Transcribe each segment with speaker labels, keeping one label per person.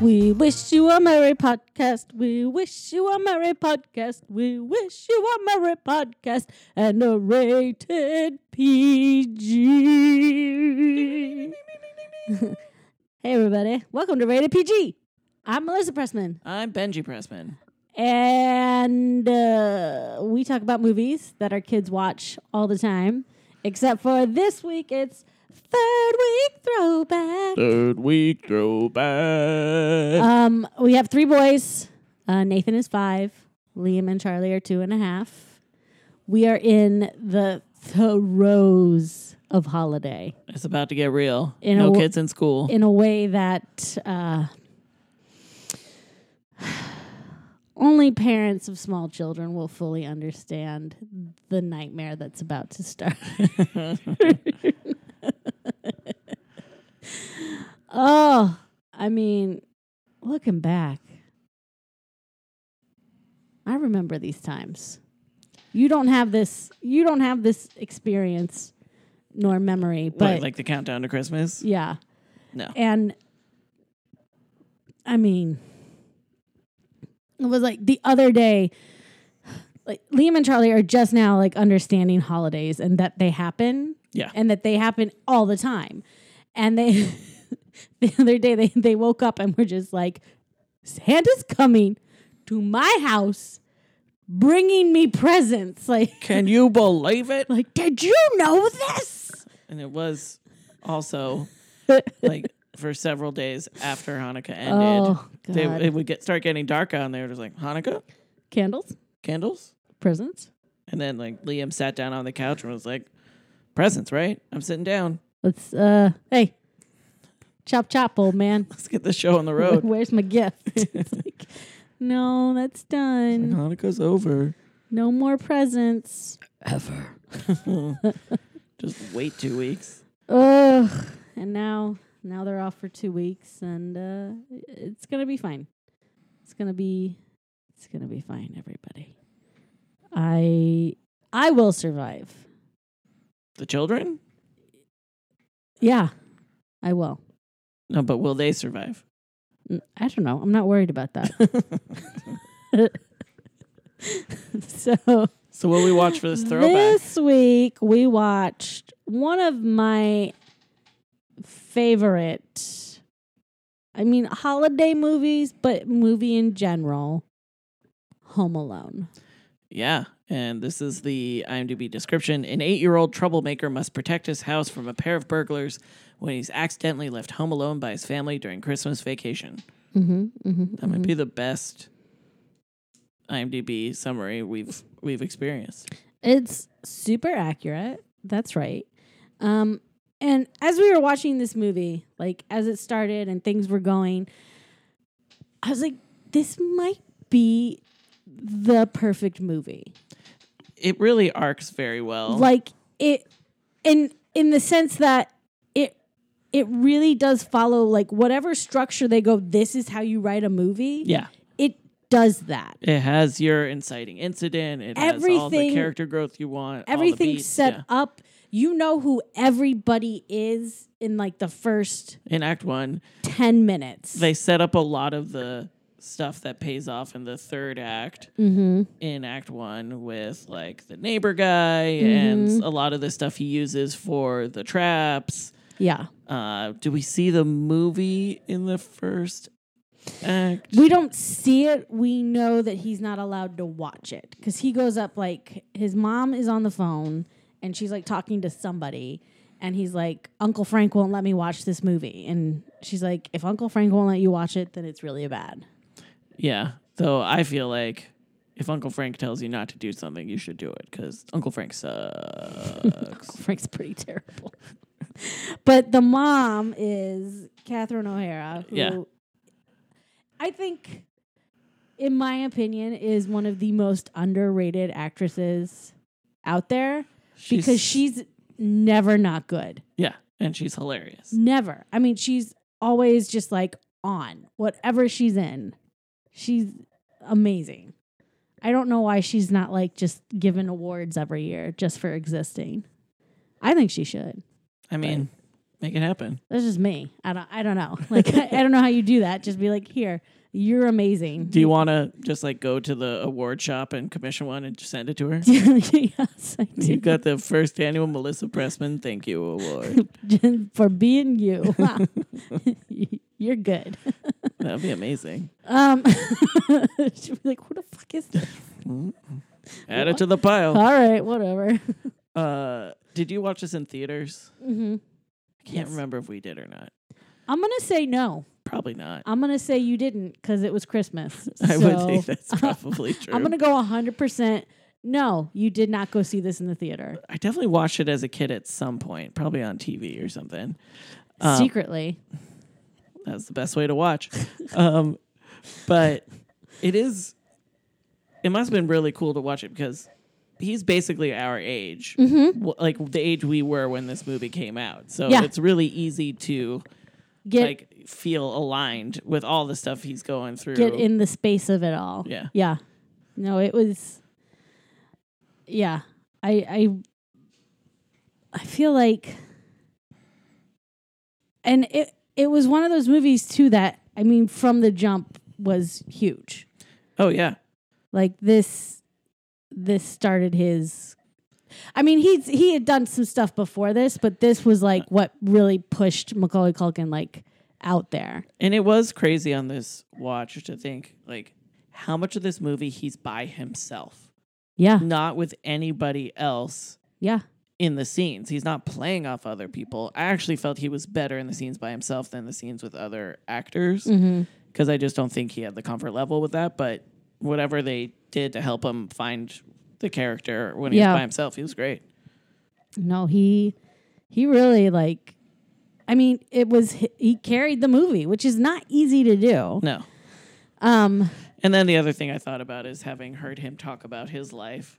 Speaker 1: We wish you a merry podcast. We wish you a merry podcast. We wish you a merry podcast and a rated PG. hey, everybody. Welcome to Rated PG. I'm Melissa Pressman.
Speaker 2: I'm Benji Pressman.
Speaker 1: And uh, we talk about movies that our kids watch all the time, except for this week, it's third week throwback.
Speaker 2: Third week throwback.
Speaker 1: Um, we have three boys. Uh, Nathan is five. Liam and Charlie are two and a half. We are in the throes of holiday
Speaker 2: it's about to get real.
Speaker 1: In a
Speaker 2: no
Speaker 1: wo-
Speaker 2: kids in school.
Speaker 1: in a way that uh, only parents of small children will fully understand the nightmare that's about to start. oh, I mean, looking back, I remember these times. You don't have this. You don't have this experience nor memory,
Speaker 2: What,
Speaker 1: but
Speaker 2: like the countdown to Christmas?
Speaker 1: yeah.
Speaker 2: No.
Speaker 1: And I mean, it was like the other day, like Liam and Charlie are just now like understanding holidays and that they happen
Speaker 2: Yeah.
Speaker 1: and that they happen all the time. And they, the other day, they, they woke up and were just like, Santa's coming to my house bringing me presents. Like,
Speaker 2: Can you believe it?
Speaker 1: like did you know this?
Speaker 2: And it was also like for several days after Hanukkah ended.
Speaker 1: Oh,
Speaker 2: they,
Speaker 1: God.
Speaker 2: it would get start getting dark out, and they were just like Hanukkah
Speaker 1: Candles,
Speaker 2: candles.
Speaker 1: presents.
Speaker 2: And then like Liam sat down on the couch and was like, "Presents, right? I'm sitting down.
Speaker 1: Let's uh hey. Chop chop, old man.
Speaker 2: Let's get the show on the road."
Speaker 1: Where's my gift? It's like, no, that's done.
Speaker 2: Hanukkah's over.
Speaker 1: No more presents.
Speaker 2: ever. Just wait two weeks.
Speaker 1: Ugh. And now now they're off for two weeks and uh it's gonna be fine. It's gonna be it's gonna be fine, everybody. I I will survive.
Speaker 2: The children?
Speaker 1: Yeah, I will.
Speaker 2: No, but will they survive?
Speaker 1: N- I don't know. I'm not worried about that. so
Speaker 2: So will we watch for this throwback?
Speaker 1: This week we watched one of my favorite I mean holiday movies, but movie in general. Home Alone.
Speaker 2: Yeah. And this is the IMDb description. An eight year old troublemaker must protect his house from a pair of burglars when he's accidentally left home alone by his family during Christmas vacation.
Speaker 1: Mm-hmm, mm-hmm,
Speaker 2: That might be the best IMDb summary we've we've experienced.
Speaker 1: It's super accurate. That's right. Um, and as we were watching this movie, like as it started and things were going, I was like, this might be the perfect movie.
Speaker 2: It really arcs very well.
Speaker 1: like it in in the sense that it it really does follow like whatever structure they go this is how you write a movie
Speaker 2: yeah.
Speaker 1: it does that
Speaker 2: It has your inciting incident. It has all the
Speaker 1: Everything-
Speaker 2: character growth you want. all the
Speaker 1: everything's
Speaker 2: beats,
Speaker 1: set
Speaker 2: yeah.
Speaker 1: up you know who everybody is in like the first
Speaker 2: in Act One.
Speaker 1: 10 minutes
Speaker 2: They set up a lot of the stuff that pays off in the third act in Act One with like the neighbor guy and a lot of the stuff he uses for the traps.
Speaker 1: yeah
Speaker 2: Uh, do we see the movie in the first act?
Speaker 1: we don't see it we know that he's not allowed to watch it because he goes up like his mom is on the phone and she's like talking to somebody and he's like uncle frank won't let me watch this movie and she's like if uncle frank won't let you watch it then it's really bad
Speaker 2: Yeah. Though I feel like if Uncle Frank tells you not to do something, you should do it because Uncle Frank sucks.
Speaker 1: uncle frank's pretty terrible but the mom is catherine o'hara who
Speaker 2: Yeah.
Speaker 1: i think in my opinion is one of the most underrated actresses out there
Speaker 2: She's-
Speaker 1: because she's never not good.
Speaker 2: yeah, and she's hilarious.
Speaker 1: Never. I mean, she's always just like on whatever she's in. She's amazing. I don't know why she's not like just given awards every year just for existing. I think she should.
Speaker 2: I mean, Make it happen.
Speaker 1: That's just me. I don't. I don't know. Like I, I don't know how you do that. Just be like, here, you're amazing.
Speaker 2: Do you want to just like go to the award shop and commission one and just send it to her?
Speaker 1: yes, I
Speaker 2: You
Speaker 1: do.
Speaker 2: got the first annual Melissa Pressman Thank You Award.
Speaker 1: For being you, you're good.
Speaker 2: That'd be amazing.
Speaker 1: Um, she'd be like, "Who the fuck is this?"
Speaker 2: Add it to the pile.
Speaker 1: All right, whatever.
Speaker 2: Uh, did you watch this in theaters?
Speaker 1: hmm
Speaker 2: I can't
Speaker 1: Yes.
Speaker 2: remember if we did or not.
Speaker 1: I'm gonna say no.
Speaker 2: Probably not.
Speaker 1: I'm gonna say you didn't because it was Christmas.
Speaker 2: I
Speaker 1: So,
Speaker 2: would think that's probably true.
Speaker 1: I'm gonna go 100. percent No, you did not go see this in the theater
Speaker 2: I definitely watched it as a kid at some point, probably on TV or something. Um,
Speaker 1: secretly.
Speaker 2: That's the best way to watch. um, but it is, it must have been really cool to watch it because he's basically our age, W- like the age we were when this movie came out. So
Speaker 1: Yeah.
Speaker 2: it's really easy to
Speaker 1: Get
Speaker 2: like feel aligned with all the stuff he's going through.
Speaker 1: get in the space of it all.
Speaker 2: Yeah.
Speaker 1: Yeah. No, it was Yeah. I I I feel like and it it was one of those movies too that I mean from the jump was huge.
Speaker 2: oh yeah,
Speaker 1: Like this this started his I mean he's he had done some stuff before this, but this was like what really pushed Macaulay Culkin like out there.
Speaker 2: and it was crazy on this watch to think like how much of this movie he's by himself,
Speaker 1: Yeah.
Speaker 2: not with anybody else.
Speaker 1: Yeah.
Speaker 2: in the scenes. He's not playing off other people. I actually felt he was better in the scenes by himself than the scenes with other actors because
Speaker 1: Mhm.
Speaker 2: I just don't think he had the comfort level with that. But whatever they did to help him find the character when he
Speaker 1: Yeah.
Speaker 2: was by himself, he was great.
Speaker 1: No, he he really like I mean, it was he carried the movie, which is not easy to do.
Speaker 2: No.
Speaker 1: Um
Speaker 2: And then the other thing I thought about is having heard him talk about his life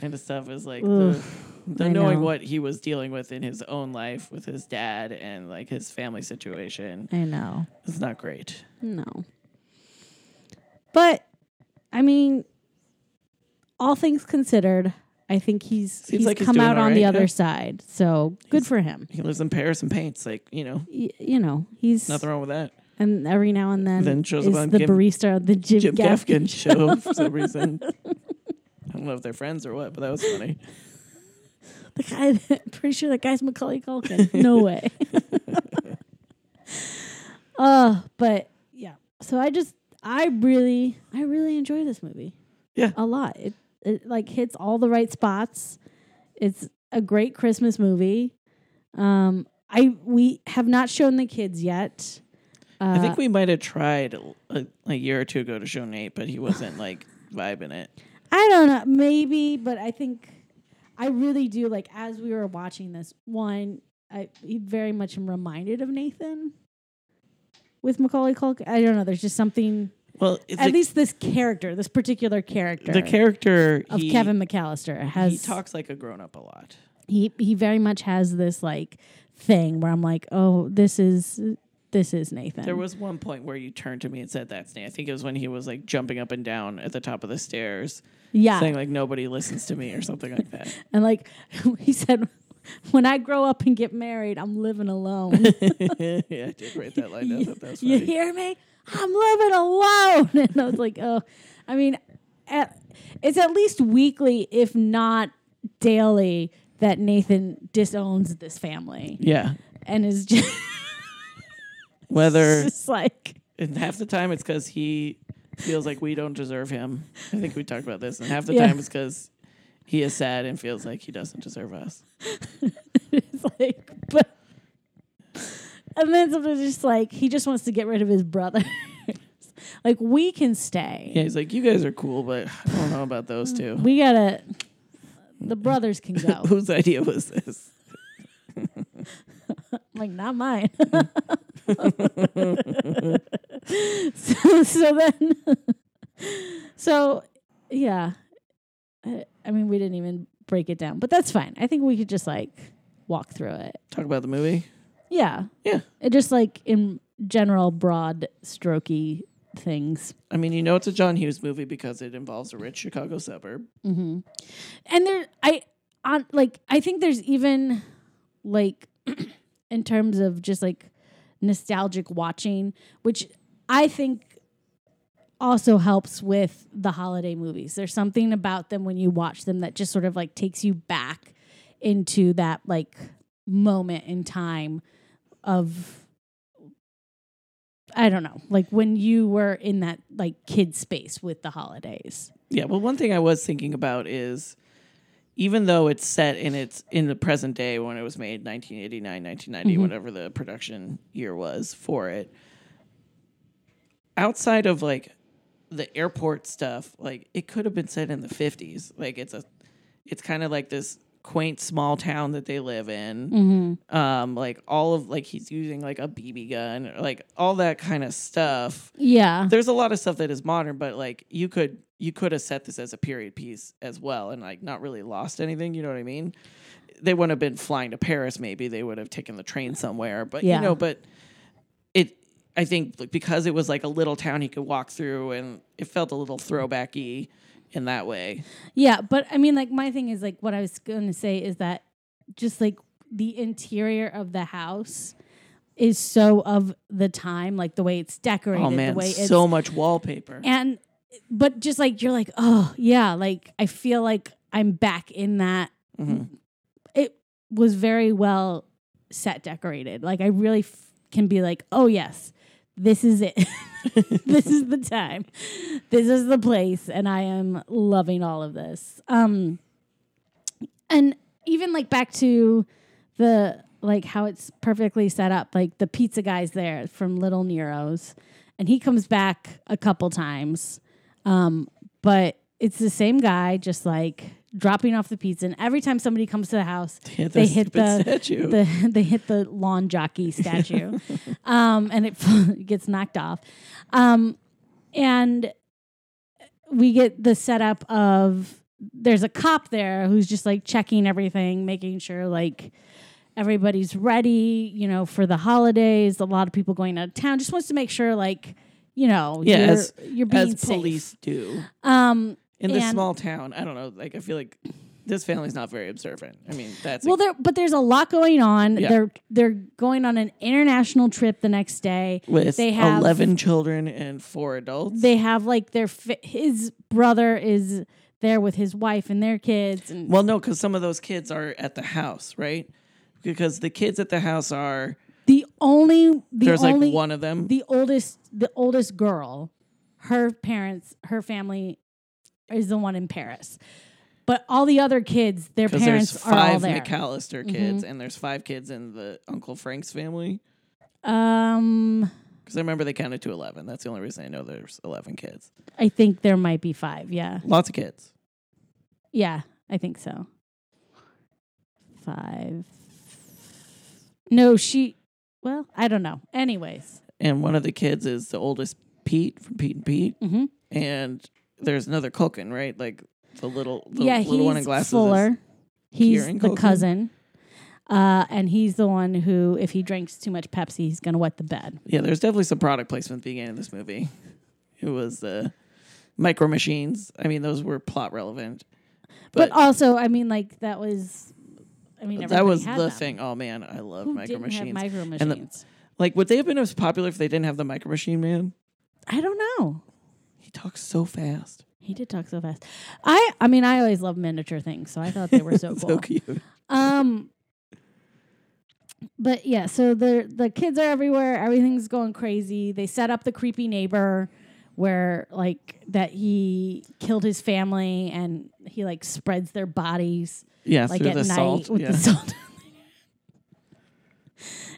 Speaker 2: and the stuff is like the, the
Speaker 1: I
Speaker 2: knowing
Speaker 1: know.
Speaker 2: what he was dealing with in his own life with his dad and like his family situation.
Speaker 1: I know.
Speaker 2: It's not great.
Speaker 1: No. But I mean, all things considered, I think he's
Speaker 2: Seems
Speaker 1: he's
Speaker 2: like he's
Speaker 1: come
Speaker 2: doing
Speaker 1: out
Speaker 2: all
Speaker 1: on the
Speaker 2: right,
Speaker 1: other
Speaker 2: yeah.
Speaker 1: side. So, good for him.
Speaker 2: He lives in Paris and paints like, you know,
Speaker 1: Y- you know, he's
Speaker 2: nothing wrong with that.
Speaker 1: and every now and then,
Speaker 2: Then shows
Speaker 1: is
Speaker 2: up on
Speaker 1: the
Speaker 2: Kim-
Speaker 1: barista, the Jim,
Speaker 2: Jim
Speaker 1: Gaffigan
Speaker 2: Gaffigan show for some reason. I don't know if they're friends or what, but that was funny.
Speaker 1: The guy that, I'm pretty sure that guy's Macaulay Culkin. No way. uh, but yeah. So I just I really I really enjoy this movie.
Speaker 2: Yeah.
Speaker 1: A lot. It it like hits all the right spots. It's a great Christmas movie. Um I we have not shown the kids yet. Uh,
Speaker 2: I think we might have tried a, a year or two ago to show Nate, but he wasn't like vibing it.
Speaker 1: I don't know, maybe, but I think I really do like as we were watching this one. I he very much am reminded of Nathan with Macaulay Culkin. I don't know. There's just something.
Speaker 2: Well, it's
Speaker 1: at
Speaker 2: the,
Speaker 1: least this character, this particular character,
Speaker 2: the character
Speaker 1: of
Speaker 2: he,
Speaker 1: Kevin McAllister has
Speaker 2: he talks like a grown up a lot.
Speaker 1: he he very much has this like thing where I'm like, oh, this is this is Nathan.
Speaker 2: There was one point where you turned to me and said, "That's Nate." I think it was when he was like jumping up and down at the top of the stairs,
Speaker 1: yeah,
Speaker 2: saying like "Nobody listens to me" or something like that.
Speaker 1: and like he said, when I grow up and get married, I'm living alone.
Speaker 2: yeah, I did write that line down. I thought That was
Speaker 1: you
Speaker 2: funny.
Speaker 1: hear me? I'm living alone. And I was like, oh, I mean, at, it's at least weekly, if not daily, that Nathan disowns this family
Speaker 2: Yeah,
Speaker 1: and is just,
Speaker 2: whether
Speaker 1: just like,
Speaker 2: And half the time it's because he feels like we don't deserve him. I think we talked about this. And half the
Speaker 1: Yeah.
Speaker 2: time it's because he is sad and feels like he doesn't deserve us.
Speaker 1: it's like, but. And then sometimes it's just like he just wants to get rid of his brother. like we can stay.
Speaker 2: Yeah, he's like, you guys are cool, but I don't know about those two.
Speaker 1: Mm, We gotta. The brothers can go.
Speaker 2: Whose idea was this?
Speaker 1: like not mine. so, so then, so yeah, I, I mean, we didn't even break it down, but that's fine. I think we could just like walk through it.
Speaker 2: Talk about the movie.
Speaker 1: Yeah,
Speaker 2: Yeah.
Speaker 1: it just like in general, broad, strokey things.
Speaker 2: I mean, you know it's a John Hughes movie because it involves a rich Chicago suburb.
Speaker 1: Mm-hmm. And there, I on like I think there's even like in terms of just like nostalgic watching, which I think also helps with the holiday movies. There's something about them when you watch them that just sort of like takes you back into that like moment in time of I don't know, like when you were in that like kid space with the holidays.
Speaker 2: Yeah, well, one thing I was thinking about is even though it's set in its in the present day when it was made 1989 1990 whatever the production year was for it outside of like the airport stuff like it could have been set in the 50s like it's a it's kind of like this quaint small town that they live in um like all of like he's using like a bb gun like all that kind of stuff
Speaker 1: Yeah.
Speaker 2: there's a lot of stuff that is modern, but like you could you could have set this as a period piece as well, and like not really lost anything. You know what I mean? They wouldn't have been flying to Paris. Maybe they would have taken the train somewhere. But
Speaker 1: Yeah.
Speaker 2: you know, but it. I think like, because it was like a little town he could walk through, and it felt a little throwbacky in that way.
Speaker 1: Yeah, but I mean, like my thing is like what I was going to say is that just like the interior of the house is so of the time, like the way it's decorated,
Speaker 2: Oh man,
Speaker 1: the way it's
Speaker 2: so much wallpaper.
Speaker 1: and but just like you're like oh yeah, like I feel like I'm back in that.
Speaker 2: Mhm.
Speaker 1: It was very well set decorated. Like I really f- can be like oh yes, this is it. this is the time. This is the place and I am loving all of this. Um and even like back to the like how it's perfectly set up, like the pizza guy's there from Little Nero's and he comes back a couple times. Um but it's the same guy just like dropping off the pizza and every time somebody comes to the house
Speaker 2: hit
Speaker 1: they
Speaker 2: the
Speaker 1: hit
Speaker 2: stupid
Speaker 1: the
Speaker 2: statue.
Speaker 1: the they hit the lawn jockey statue um and it gets knocked off um and we get the setup of there's a cop there who's just like checking everything making sure like everybody's ready you know for the holidays a lot of people going out of town just wants to make sure like you know
Speaker 2: Yeah,
Speaker 1: you're,
Speaker 2: as-
Speaker 1: you're being
Speaker 2: as
Speaker 1: safe.
Speaker 2: police do
Speaker 1: um
Speaker 2: in this
Speaker 1: And-
Speaker 2: small town. I don't know. Like I feel like this family's not very observant. I mean, that's
Speaker 1: Well, there but there's a lot going on.
Speaker 2: Yeah.
Speaker 1: They're they're going on an international trip the next day.
Speaker 2: with
Speaker 1: They have-
Speaker 2: 11 children and four adults.
Speaker 1: They have like their fi- his brother is there with his wife and their kids and
Speaker 2: well, no, because some of those kids are at the house, right? Because the kids at the house are
Speaker 1: the only the
Speaker 2: there's
Speaker 1: only
Speaker 2: like one of them
Speaker 1: the oldest the oldest girl, her parents her family is the one in Paris. But all the other kids, their
Speaker 2: because there's
Speaker 1: parents are all
Speaker 2: five
Speaker 1: there. Mm-hmm.
Speaker 2: McAllister kids and there's five kids in the Uncle Frank's family.
Speaker 1: um,
Speaker 2: Because I remember they counted to 11. That's the only reason I know there's 11 kids.
Speaker 1: I think there might be five. Yeah.
Speaker 2: Lots of kids.
Speaker 1: Yeah, I think so. Five. No, she. Well, I don't know. Anyways,
Speaker 2: And one of the kids is the oldest Pete from Pete and Pete.
Speaker 1: hmm
Speaker 2: And there's another Culkin, right? Like the little, the
Speaker 1: yeah,
Speaker 2: little
Speaker 1: he's
Speaker 2: one in glasses. is-
Speaker 1: Fuller. He's
Speaker 2: Kieran
Speaker 1: the
Speaker 2: Culkin?
Speaker 1: cousin, uh, and he's the one who, if he drinks too much Pepsi, he's gonna wet the bed.
Speaker 2: Yeah, there's definitely some product placement beginning in this movie. It was the micro machines. I mean, those were plot relevant.
Speaker 1: But,
Speaker 2: But,
Speaker 1: also, I mean, like that was. I mean,
Speaker 2: that
Speaker 1: everybody
Speaker 2: was the
Speaker 1: had them.
Speaker 2: thing. Oh man, I love
Speaker 1: Who
Speaker 2: micro
Speaker 1: didn't
Speaker 2: machines.
Speaker 1: have micro machines?
Speaker 2: the- like, would they have been as popular if they didn't have the micro machine man?
Speaker 1: I don't know.
Speaker 2: He talks so fast.
Speaker 1: He did talk so fast. I. I mean, I always love miniature things, so I thought they were so cool.
Speaker 2: So cute.
Speaker 1: Um but yeah, so the the kids are everywhere, everything's going crazy. They set up the creepy neighbor where like that he killed his family and he like spreads their bodies
Speaker 2: Yeah,
Speaker 1: like
Speaker 2: through
Speaker 1: at
Speaker 2: the
Speaker 1: night
Speaker 2: salt.
Speaker 1: with
Speaker 2: yeah.
Speaker 1: the salt.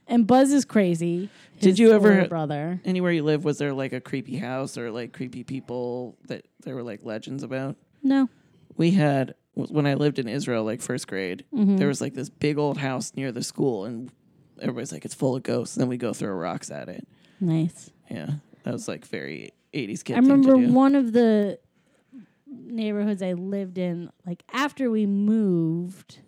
Speaker 1: and Buzz is crazy.
Speaker 2: Did
Speaker 1: his
Speaker 2: you ever-
Speaker 1: older brother?
Speaker 2: Anywhere you live, was there like a creepy house or like creepy people that there were like legends about?
Speaker 1: No.
Speaker 2: we had w- when I lived in Israel, like first grade,
Speaker 1: Mm-hmm.
Speaker 2: there was like this big old house near the school, and everybody's like, "It's full of ghosts." And then we go throw rocks at it.
Speaker 1: Nice.
Speaker 2: Yeah, that was like very eighties kid.
Speaker 1: I remember
Speaker 2: thing to do.
Speaker 1: one of the neighborhoods I lived in, like after we moved,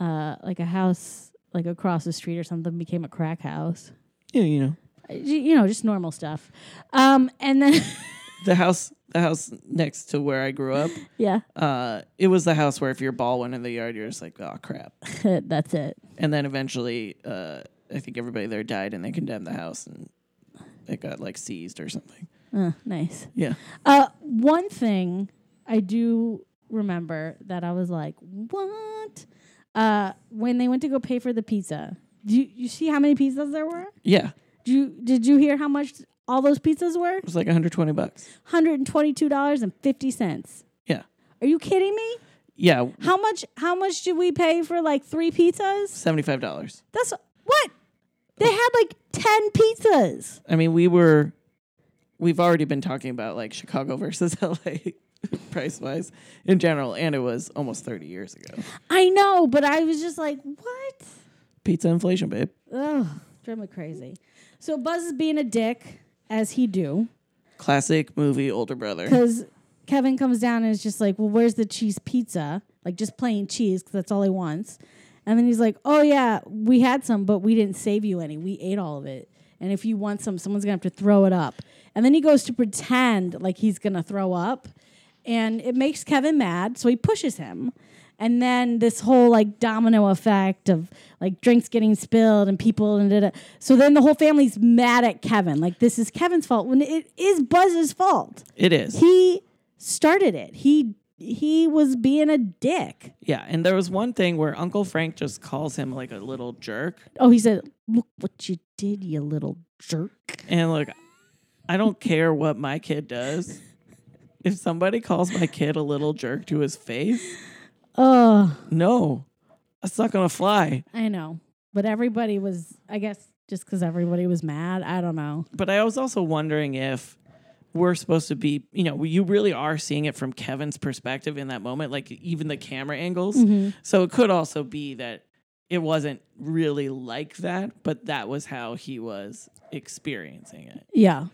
Speaker 1: uh, like a house like across the street or something became a crack house.
Speaker 2: Yeah, you know,
Speaker 1: Uh, y- You know, just normal stuff. Um, and then
Speaker 2: the house the house next to where I grew up.
Speaker 1: Yeah,
Speaker 2: Uh, it was the house where if your ball went in the yard, you're just like, oh crap.
Speaker 1: that's it.
Speaker 2: And then eventually, uh, I think everybody there died, and they condemned the house, and it got like seized or something.
Speaker 1: Uh, nice.
Speaker 2: Yeah.
Speaker 1: Uh, one thing I do remember that I was like, what? Uh, when they went to go pay for the pizza, do you, you see how many pizzas there were?
Speaker 2: Yeah. It
Speaker 1: Do you, did you hear how much all those pizzas were?
Speaker 2: was like 120 bucks.
Speaker 1: $122.50.
Speaker 2: Yeah.
Speaker 1: Are you kidding me?
Speaker 2: Yeah.
Speaker 1: How much how much did we pay for like three pizzas?
Speaker 2: $75.
Speaker 1: That's what? They had like 10 pizzas.
Speaker 2: I mean, we were, we've already been talking about like Chicago versus LA price wise in general, and it was almost 30 years ago.
Speaker 1: I know, but I was just like, what?
Speaker 2: Pizza inflation, babe.
Speaker 1: Ugh, drive me crazy. So Buzz is being a dick, as he do,
Speaker 2: Classic movie, older brother.
Speaker 1: because Kevin comes down and is just like, "Well, where's the cheese pizza? Like just plain cheese, because that's all he wants." And then he's like, "Oh yeah, we had some, but we didn't save you any. We ate all of it. And if you want some, someone's gonna have to throw it up." And then he goes to pretend like he's gonna throw up, and it makes Kevin mad, so he pushes him. And then this whole like domino effect of like drinks getting spilled and people and da, da. so then the whole family's mad at Kevin. Like this is Kevin's fault when it is Buzz's fault.
Speaker 2: It is.
Speaker 1: He started it. He he was being a dick.
Speaker 2: Yeah. And there was one thing where Uncle Frank just calls him like a little jerk.
Speaker 1: Oh, he said, "Look what you did, you little jerk."
Speaker 2: And look, I don't care what my kid does. If somebody calls my kid a little jerk to his face,
Speaker 1: Oh,
Speaker 2: no, that's not gonna fly.
Speaker 1: I know. But everybody was, I guess, just because everybody was mad. I don't know.
Speaker 2: But I was also wondering if we're supposed to be, you know, you really are seeing it from Kevin's perspective in that moment, like even the camera angles.
Speaker 1: Mm-hmm.
Speaker 2: So it could also be that it wasn't really like that, but that was how he was experiencing it.
Speaker 1: Yeah.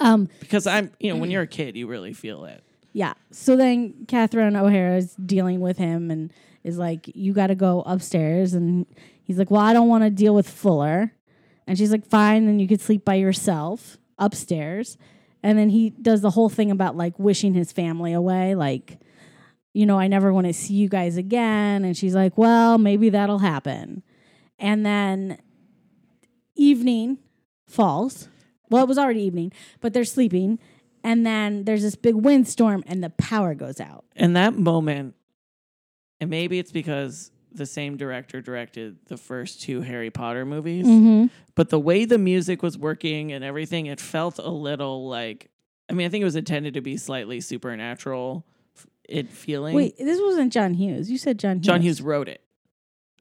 Speaker 1: Um.
Speaker 2: Because I'm, you know, when you're a kid, you really feel it.
Speaker 1: Yeah. So then Catherine O'Hara is dealing with him and is like, You got to go upstairs. And he's like, Well, I don't want to deal with Fuller. And she's like, Fine, then you could sleep by yourself upstairs. And then he does the whole thing about like wishing his family away, like, you know, I never want to see you guys again. And she's like, Well, maybe that'll happen. And then evening falls. Well, it was already evening, but they're sleeping. And then there's this big windstorm and the power goes out.
Speaker 2: And that moment, and maybe it's because the same director directed the first two Harry Potter movies, but the way the music was working and everything, it felt a little like I mean, I think it was intended to be slightly supernatural f- it feeling.
Speaker 1: Wait, this wasn't John Hughes. You said John Hughes.
Speaker 2: John Hughes wrote it.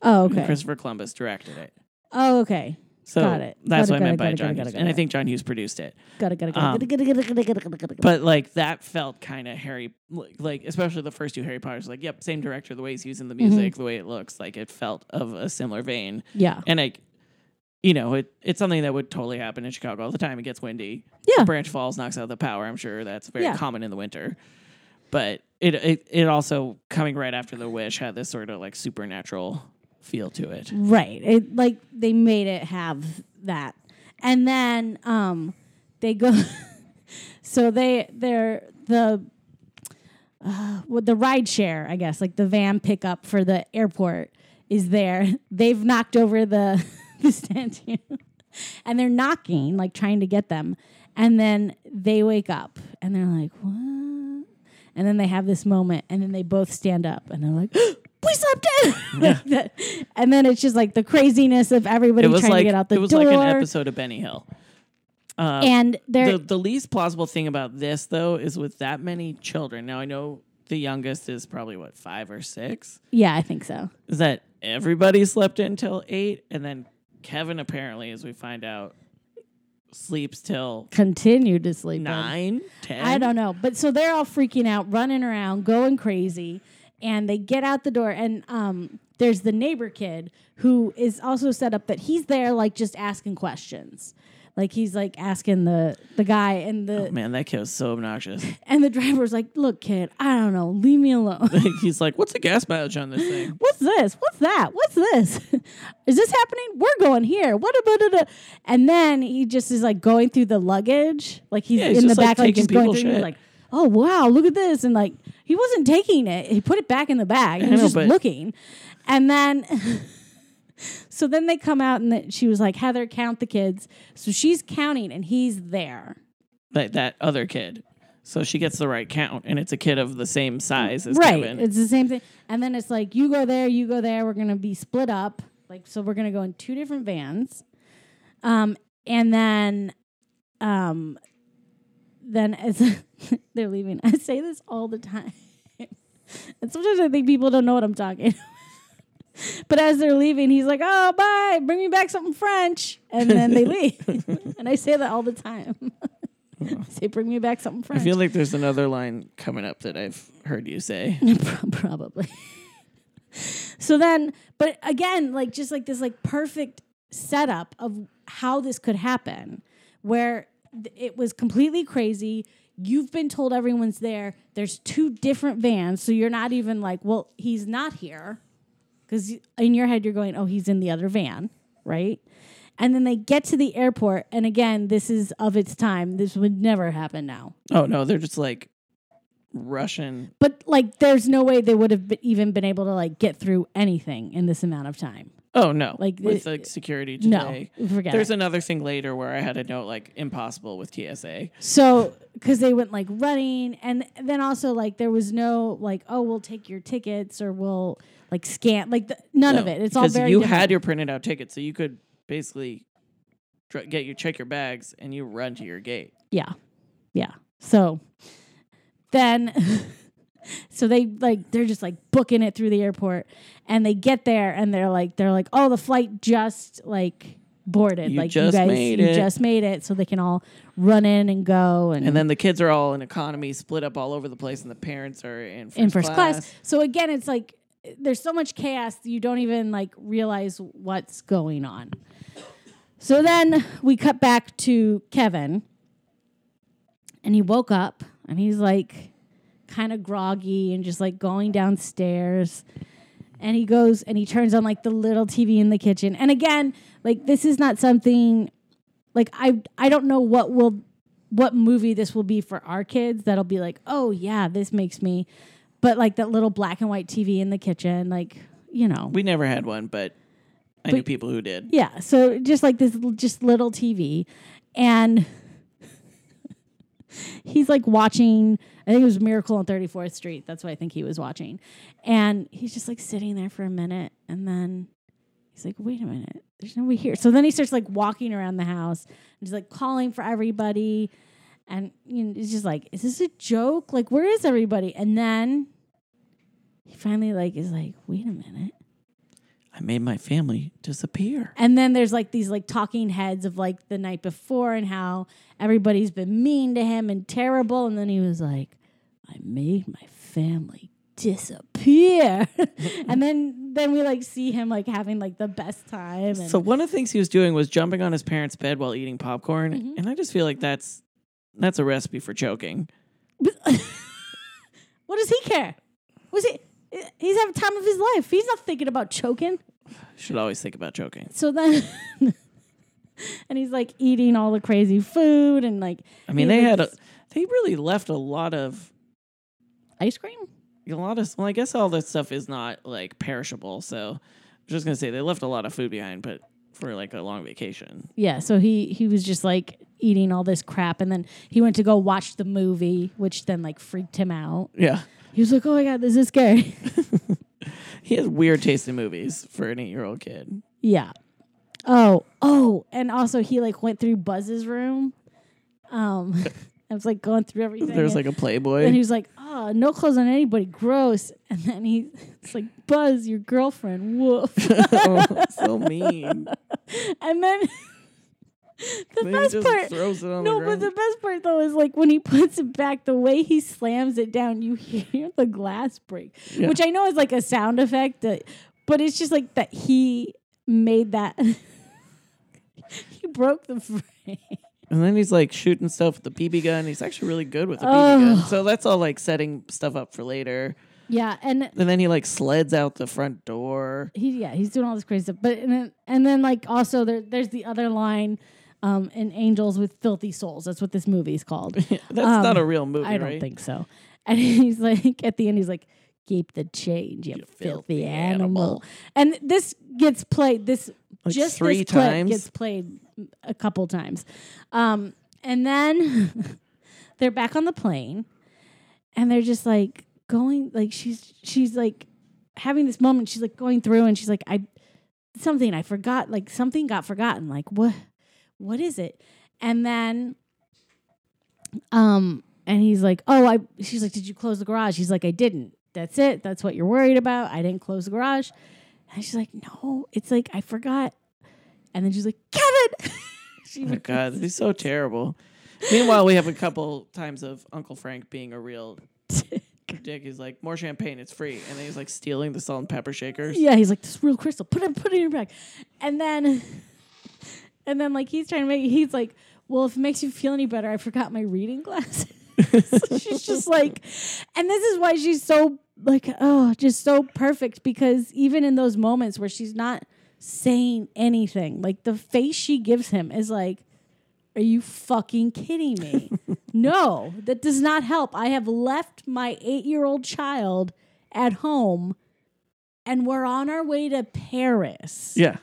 Speaker 1: Oh,
Speaker 2: and
Speaker 1: okay.
Speaker 2: Christopher Columbus directed it.
Speaker 1: Oh, okay.
Speaker 2: So
Speaker 1: Got it.
Speaker 2: that's
Speaker 1: Got it,
Speaker 2: what
Speaker 1: got
Speaker 2: I
Speaker 1: it,
Speaker 2: meant
Speaker 1: got
Speaker 2: by
Speaker 1: it, got
Speaker 2: John
Speaker 1: it, got
Speaker 2: Hughes.
Speaker 1: it,
Speaker 2: And I
Speaker 1: got
Speaker 2: think John Hughes produced it.
Speaker 1: Got it, got it,
Speaker 2: Um,
Speaker 1: got it, got it, got it, got it, got it, got it, got it.
Speaker 2: But like that felt kind of Harry, like- like especially the first two Harry Potters. Like, yep, same director, the way he's using the
Speaker 1: Mm-hmm.
Speaker 2: music, the way it looks, like it felt of a similar vein.
Speaker 1: yeah.
Speaker 2: And like, you know, it it's something that would totally happen in Chicago all the time. It gets windy.
Speaker 1: Yeah.
Speaker 2: A branch falls, knocks out the power. I'm sure that's very
Speaker 1: Yeah.
Speaker 2: common in the winter. But it, it it also coming right after the wish had this sort of like supernatural feel to it.
Speaker 1: Right. It like they made it have that. And then um they go so they they're the uh, well, the ride share, I guess, like the van pickup for the airport is there. They've knocked over the the statue. and they're knocking, like trying to get them. And then they wake up and they're like, What? And then they have this moment, and then they both stand up and they're like, We slept in. Like that. And then it's just like the craziness of everybody
Speaker 2: It was
Speaker 1: trying
Speaker 2: like
Speaker 1: to get out the
Speaker 2: it was
Speaker 1: door.
Speaker 2: like an episode of Benny Hill.
Speaker 1: and they're
Speaker 2: the, the least plausible thing about this though is with that many children now i know the youngest is probably what five or six
Speaker 1: yeah, I think so.
Speaker 2: is that everybody slept until eight and then kevin apparently as we find out sleeps till
Speaker 1: Continue to sleep. in.
Speaker 2: nine ten
Speaker 1: Um, I don't know. But so they're all freaking out, running around, going crazy, and they get out the door and um there's the neighbor kid who is also set up that he's there like just asking questions. Like he's like asking the the guy and the
Speaker 2: Man, that kid was so obnoxious.
Speaker 1: and the driver's like, "Look, kid, I don't know. Leave me alone."
Speaker 2: He's like, "What's the gas mileage on this thing?"
Speaker 1: What's this? What's that? What's this? is this happening? We're going here. What about it? And then he just is like going through the luggage, like he's
Speaker 2: Yeah, he's
Speaker 1: in the
Speaker 2: just, like,
Speaker 1: back, like
Speaker 2: taking
Speaker 1: just going
Speaker 2: people's
Speaker 1: through,
Speaker 2: shit.
Speaker 1: like, oh wow, look at this, and like he wasn't taking it. He put it back in the bag. He was
Speaker 2: know,
Speaker 1: just
Speaker 2: but-
Speaker 1: looking, and then. So then they come out and that she was like, Heather, count the kids. So she's counting and he's there.
Speaker 2: That that other kid. So she gets the right count, and it's a kid of the same size as
Speaker 1: right.
Speaker 2: Kevin.
Speaker 1: It's the same thing. And then it's like you go there, you go there. We're gonna be split up. Like so, we're gonna go in two different vans. Um, and then, um, then as they're leaving, I say this all the time. and sometimes I think people don't know what I'm talking. But as they're leaving, he's like, "Oh, bye! Bring me back something French," and then they leave. and I say that all the time. I say, "Bring me back something
Speaker 2: I
Speaker 1: French."
Speaker 2: feel like there's another line coming up that I've heard you say.
Speaker 1: Pro- probably so then but again like just like this like perfect setup of how this could happen where th- it was completely crazy you've been told everyone's there there's two different vans so you're not even like well he's not here because in your head you're going oh he's in the other van right and then they get to the airport and again this is of its time this would never happen now
Speaker 2: Oh no, they're just like Russian.
Speaker 1: but like, there's no way they would have be- even been able to like get through anything in this amount of time.
Speaker 2: Oh no,
Speaker 1: Like,
Speaker 2: with
Speaker 1: it-
Speaker 2: like security
Speaker 1: No,
Speaker 2: today.
Speaker 1: forget
Speaker 2: There's
Speaker 1: it.
Speaker 2: another thing later where I had a note like impossible with TSA.
Speaker 1: so because they went like running, and then also like there was no like, oh, we'll take your tickets or we'll like scan like the, none of
Speaker 2: No,
Speaker 1: it. It's all
Speaker 2: because
Speaker 1: very
Speaker 2: you
Speaker 1: different.
Speaker 2: had your printed out ticket, so you could basically dr- get your check your bags and you run to your gate.
Speaker 1: Yeah. Yeah. So then so they like they're just like booking it through the airport and they get there and they're like they're like, "Oh, the flight just like boarded.
Speaker 2: You
Speaker 1: like
Speaker 2: just
Speaker 1: you guys
Speaker 2: made
Speaker 1: you
Speaker 2: it."
Speaker 1: just made it so they can all run in and go and,
Speaker 2: And then the kids are all in economy, split up all over the place, and the parents are in first,
Speaker 1: in first class. So again, it's like there's so much chaos that you don't even like realize what's going on. So then we cut back to Kevin, and he woke up and he's like kind of groggy and just like going downstairs. And he goes and he turns on like the little TV in the kitchen. And again, like this is not something like I I don't know what will what movie this will be for our kids that'll be like, "Oh yeah, this makes me." But like that little black and white TV in the kitchen, like, you know.
Speaker 2: We never had one, but I knew people who did.
Speaker 1: Yeah. So just like this, l- just little TV, and he's like watching. I think it was Miracle on Thirty Fourth Street. That's what I think he was watching, and he's just like sitting there for a minute, and then he's like, "Wait a minute, there's nobody here." So then he starts like walking around the house and he's like calling for everybody, and you know, it's just like, "Is this a joke? Like, where is everybody?" And then he finally like is like, "Wait a minute."
Speaker 2: I made my family disappear.
Speaker 1: And then there's like these like talking heads of like the night before and how everybody's been mean to him and terrible. And then he was like, I made my family disappear. and then then we like see him like having like the best time. And
Speaker 2: So one of the things he was doing was jumping on his parents' bed while eating popcorn,
Speaker 1: Mm-hmm.
Speaker 2: and I just feel like that's that's a recipe for choking.
Speaker 1: what does he care? Was he he's having time of his life. He's not thinking about choking.
Speaker 2: Should always think about choking.
Speaker 1: So then and he's like eating all the crazy food and like
Speaker 2: I mean, they had a, they really left a lot of
Speaker 1: ice cream.
Speaker 2: a lot of. Well, I guess all this stuff is not like perishable, so I'm just gonna say they left a lot of food behind, but for like a long vacation.
Speaker 1: Yeah, so he he was just like eating all this crap, and then he went to go watch the movie, which then like freaked him out.
Speaker 2: Yeah,
Speaker 1: He was like, "Oh my god, this is scary."
Speaker 2: he has weird taste in movies for an eight-year-old kid.
Speaker 1: yeah. Oh, oh, and also he like went through Buzz's room. Um, I was like going through everything.
Speaker 2: There's
Speaker 1: and-
Speaker 2: like a
Speaker 1: and he
Speaker 2: Playboy.
Speaker 1: was like, "Oh, no clothes on anybody, gross." And then he, it's like, "Buzz, your girlfriend, woof."
Speaker 2: oh, so mean.
Speaker 1: and then the
Speaker 2: He
Speaker 1: best
Speaker 2: just
Speaker 1: part,
Speaker 2: throws it on
Speaker 1: No,
Speaker 2: the
Speaker 1: but
Speaker 2: ground.
Speaker 1: the best part though is like when he puts it back, the way he slams it down, you hear the glass break,
Speaker 2: Yeah.
Speaker 1: which I know is like a sound effect, uh, but it's just like that he made that. he broke the frame.
Speaker 2: And then he's like shooting stuff with the BB gun. He's actually really good with the BB gun. So that's all like setting stuff up for later.
Speaker 1: Yeah, and
Speaker 2: And then he like sleds out the front door.
Speaker 1: he yeah he's doing all this crazy stuff. But and then, and then like also there there's the other line, um, in Angels with Filthy Souls. That's what this movie's called.
Speaker 2: That's not a real movie,
Speaker 1: Um, I don't
Speaker 2: right?
Speaker 1: think so. And he's like, at the end, he's like, keep the change, you, filthy,
Speaker 2: filthy
Speaker 1: animal. And this gets played, this
Speaker 2: Like
Speaker 1: just
Speaker 2: three
Speaker 1: this clip
Speaker 2: times?
Speaker 1: gets played a couple times. Um, and then they're back on the plane and they're just like going, like, she's, she's like having this moment. She's like going through and she's like, I, something I forgot, like something got forgotten. Like, what, what is it? And then, um, and he's like, oh, I. She's like, did you close the garage? He's like, I didn't. That's it. That's what you're worried about. I didn't close the garage. And she's like, no. It's like I forgot. And then she's like, Kevin. she
Speaker 2: Oh my God, he's so terrible. Meanwhile, we have a couple times of Uncle Frank being a real dick. He's like, more champagne, it's free. And then he's like stealing the salt and pepper shakers.
Speaker 1: Yeah, he's like this real crystal. Put it, put it in your bag, and then, and then like he's trying to make. He's like, well, if it makes you feel any better, I forgot my reading glasses. she's just like, and this is why she's so like, oh, just so perfect because even in those moments where she's not saying anything, like the face she gives him is like. Are you fucking kidding me? no, that does not help. I have left my eight year old child at home and we're on our way to Paris.
Speaker 2: Yeah.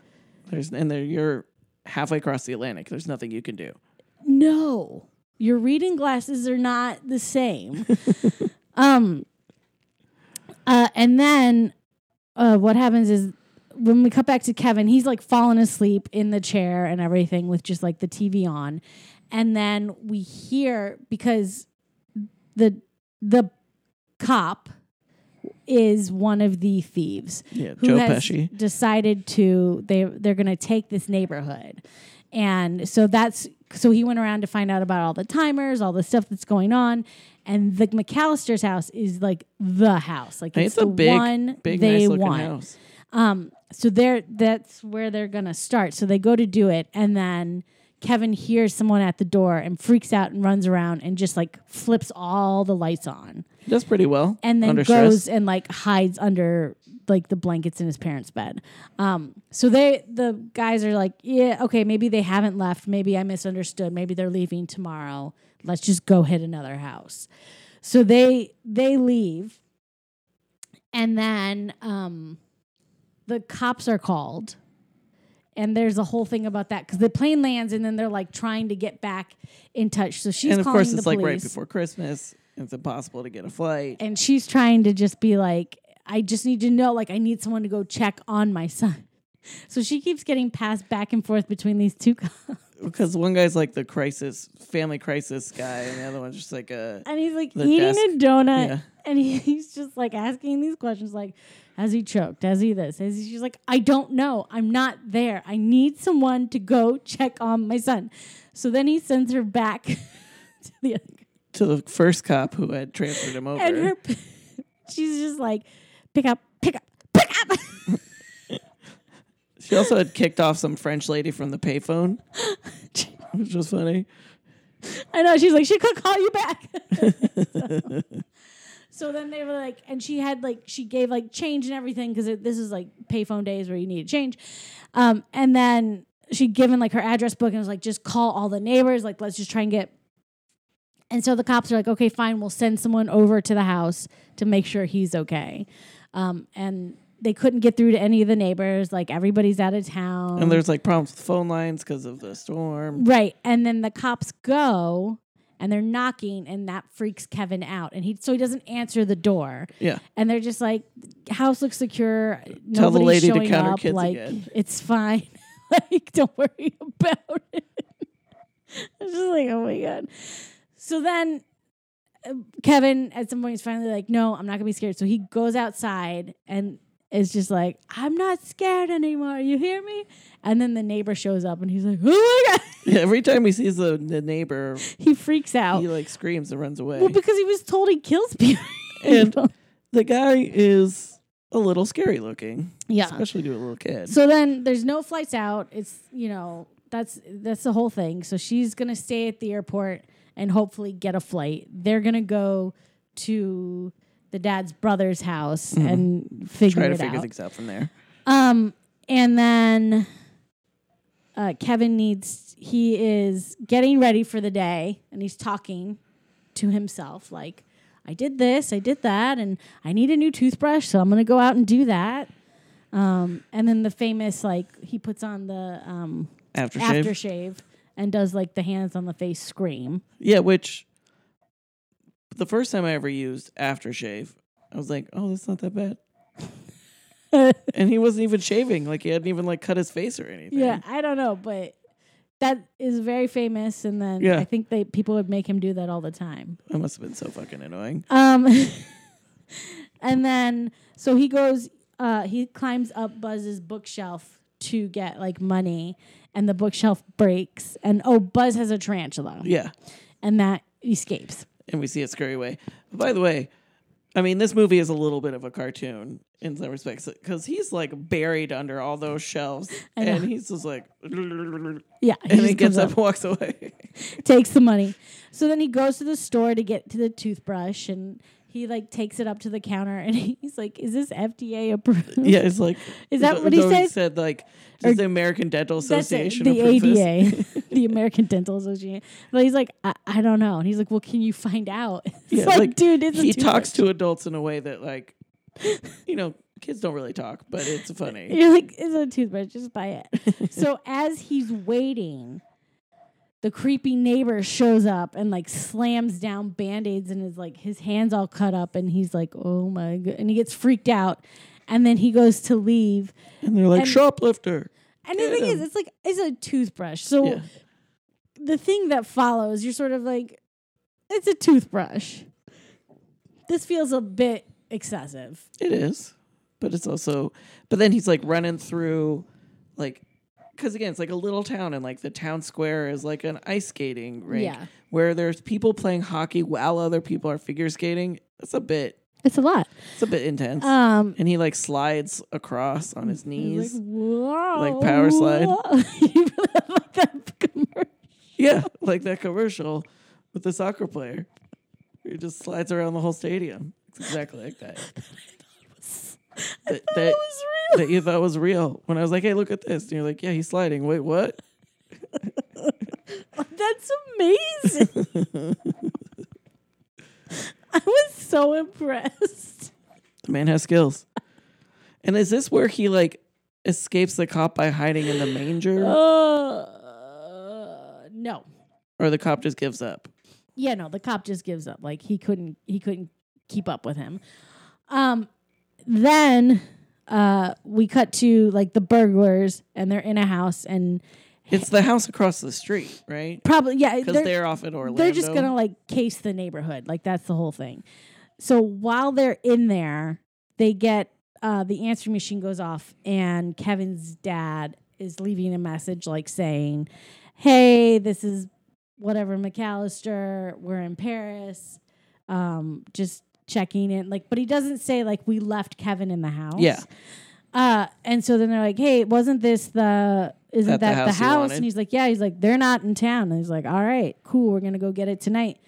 Speaker 2: There's and there you're halfway across the Atlantic. There's nothing you can do.
Speaker 1: No, your reading glasses are not the same. um, uh, and then uh, what happens is when we cut back to Kevin, he's like fallen asleep in the chair and everything with just like the TV on. And then we hear because the the cop is one of the thieves.
Speaker 2: Yeah,
Speaker 1: who
Speaker 2: Joe
Speaker 1: has
Speaker 2: Pesci.
Speaker 1: decided to they they're going to take this neighborhood, and so that's so he went around to find out about all the timers, all the stuff that's going on, and the McAllister's house is like the house, like it's,
Speaker 2: It's,
Speaker 1: the
Speaker 2: a big,
Speaker 1: one
Speaker 2: big,
Speaker 1: they
Speaker 2: nice looking
Speaker 1: want.
Speaker 2: house.
Speaker 1: Um, so they're that's where they're gonna start. So they go to do it, and then Kevin hears someone at the door and freaks out and runs around and just like flips all the lights on
Speaker 2: He does pretty well.
Speaker 1: and then
Speaker 2: under
Speaker 1: goes
Speaker 2: stress.
Speaker 1: and like hides under like the blankets in his parents' bed. Um, so they the guys are like, yeah, okay, maybe they haven't left. Maybe I misunderstood. Maybe they're leaving tomorrow. Let's just go hit another house. So they they leave, and then um, the cops are called. And there's a whole thing about that because the plane lands and then they're like trying to get back in touch. So she's
Speaker 2: And of
Speaker 1: calling
Speaker 2: course
Speaker 1: the
Speaker 2: it's
Speaker 1: police
Speaker 2: like right before Christmas. It's impossible to get a flight.
Speaker 1: and she's trying to just be like, I just need to know, like, I need someone to go check on my son. So she keeps getting passed back and forth between these two cops.
Speaker 2: Because one guy's like the crisis, family crisis guy, and the other one's just like a.
Speaker 1: And he's like
Speaker 2: The
Speaker 1: eating
Speaker 2: desk.
Speaker 1: a donut.
Speaker 2: Yeah.
Speaker 1: And he- he's just like asking these questions, like, has he choked? Has he this? Has he? She's like, I don't know. I'm not there. I need someone to go check on my son. So then he sends her back to the other
Speaker 2: to the first cop who had transferred him over.
Speaker 1: and her she's just like, pick up, pick up, pick up.
Speaker 2: she also had kicked off some French lady from the payphone, which was funny.
Speaker 1: I know. She's like, she could call you back. so, so then they were like, and she had like, she gave like change and everything because this is like payphone days where you need change. Um, and then she'd given like her address book and was like, just call all the neighbors. Like, let's just try and get. And so the cops are like, okay, fine, we'll send someone over to the house to make sure he's okay. Um, and they couldn't get through to any of the neighbors. Like, everybody's out of town.
Speaker 2: And there's like problems with phone lines because of the storm.
Speaker 1: Right. And then the cops go and they're knocking and that freaks Kevin out. And he so he doesn't answer the door.
Speaker 2: Yeah.
Speaker 1: And they're just like, house looks secure. Nobody's
Speaker 2: Tell the lady to
Speaker 1: showing
Speaker 2: count her
Speaker 1: up.
Speaker 2: kids
Speaker 1: like
Speaker 2: again."
Speaker 1: it's fine. like, don't worry about it. I was just like, oh my God. So then uh, Kevin at some point is finally like, no, I'm not gonna be scared. So he goes outside and is just like, I'm not scared anymore. You hear me? And then the neighbor shows up and he's like, oh my God.
Speaker 2: Yeah, Every time he sees the, the neighbor,
Speaker 1: he freaks out.
Speaker 2: he like screams and runs away.
Speaker 1: Oh. well, because he was told he kills people.
Speaker 2: and the guy is a little scary looking,
Speaker 1: yeah.
Speaker 2: especially to a little kid.
Speaker 1: So then there's no flights out. It's, you know, that's that's the whole thing. So she's gonna stay at the airport and hopefully get a flight. They're gonna go to the dad's brother's house and figure
Speaker 2: Mm-hmm. Try
Speaker 1: it
Speaker 2: to figure
Speaker 1: out.
Speaker 2: things out from there.
Speaker 1: Um, and then uh, Kevin needs he is getting ready for the day, and he's talking to himself like, "I did this, I did that, and I need a new toothbrush, so I'm gonna go out and do that." Um, and then the famous like he puts on the um,
Speaker 2: Aftershave.
Speaker 1: aftershave and does like the hands on the face scream.
Speaker 2: Yeah, which the first time I ever used aftershave, I was like, oh, that's not that bad. and he wasn't even shaving. Like, he hadn't even, like, cut his face or anything.
Speaker 1: Yeah, I don't know, but that is very famous. And then
Speaker 2: Yeah.
Speaker 1: I think they people would make him do that all the time.
Speaker 2: That must have been so fucking annoying.
Speaker 1: Um, and then so he goes, uh, he climbs up Buzz's bookshelf to get like money, and the bookshelf breaks, and oh, Buzz has a tarantula,
Speaker 2: Yeah.
Speaker 1: and that escapes.
Speaker 2: And we see it scurry away. But by the way, I mean, this movie is a little bit of a cartoon in some respects because he's, like, buried under all those shelves.
Speaker 1: know.
Speaker 2: And he's just like, and
Speaker 1: Yeah, he
Speaker 2: he
Speaker 1: just
Speaker 2: gets
Speaker 1: comes
Speaker 2: up and walks away.
Speaker 1: takes the money. So then he goes to the store to get to the toothbrush, and he like takes it up to the counter, and he's like, "Is this FDA approved?"
Speaker 2: yeah, it's like,
Speaker 1: Is that what he
Speaker 2: though
Speaker 1: says?
Speaker 2: said, like, does the American Dental
Speaker 1: That's it,
Speaker 2: Association
Speaker 1: the
Speaker 2: approve this?
Speaker 1: ADA, the American Dental Association. But he's like, I, I don't know. And he's like, well, can you find out? It's
Speaker 2: Yeah,
Speaker 1: like,
Speaker 2: like,
Speaker 1: dude, it's a
Speaker 2: he
Speaker 1: toothbrush.
Speaker 2: talks to adults in a way that like you know kids don't really talk but it's funny
Speaker 1: You're like, it's a toothbrush. Just buy it. so as he's waiting, the creepy neighbor shows up and like slams down band-aids and is like his hands all cut up and he's like, oh my god, and he gets freaked out. And then he goes to leave.
Speaker 2: and they're like
Speaker 1: And-
Speaker 2: shoplifter
Speaker 1: And the thing is, it's like it's a toothbrush. So
Speaker 2: yeah
Speaker 1: the thing that follows, you're sort of like, it's a toothbrush. This feels a bit excessive.
Speaker 2: it is but it's also but then he's like running through like because again it's like a little town and like the town square is like an ice skating rink
Speaker 1: Yeah.
Speaker 2: where there's people playing hockey while other people are figure skating that's a bit
Speaker 1: It's a lot.
Speaker 2: it's a bit intense
Speaker 1: Um,
Speaker 2: and he like slides across on his
Speaker 1: like,
Speaker 2: knees
Speaker 1: whoa,
Speaker 2: Like power slide.
Speaker 1: whoa. You really like that commercial.
Speaker 2: Yeah, like that commercial with the soccer player. He just slides around the whole stadium. It's exactly like that. that, that,
Speaker 1: That was real.
Speaker 2: that you thought was real. When I was like, hey, look at this. And you're like, yeah, he's sliding. Wait, what?
Speaker 1: That's amazing. I was so impressed.
Speaker 2: The man has skills. And is this where he like escapes the cop by hiding in the manger?
Speaker 1: Uh, no.
Speaker 2: Or the cop just gives up?
Speaker 1: yeah no the cop just gives up like he couldn't he couldn't keep up with him um then uh we cut to like the burglars and they're in a house and
Speaker 2: It's the house across the street, right?
Speaker 1: probably yeah
Speaker 2: Because
Speaker 1: they're-
Speaker 2: they're, off in Orlando.
Speaker 1: they're just gonna like case the neighborhood like that's the whole thing so while they're in there they get uh, the answering machine goes off and kevin's dad is leaving a message like saying hey this is whatever mcallister we're in paris um, just checking in like but he doesn't say like we left kevin in the house
Speaker 2: Yeah.
Speaker 1: uh, and so then they're like, "Hey, wasn't this the isn't
Speaker 2: That the
Speaker 1: that the
Speaker 2: house you
Speaker 1: house?"
Speaker 2: wanted?
Speaker 1: And he's like, "Yeah." He's like, "They're not in town." And he's like, "All right, cool. We're gonna go get it tonight."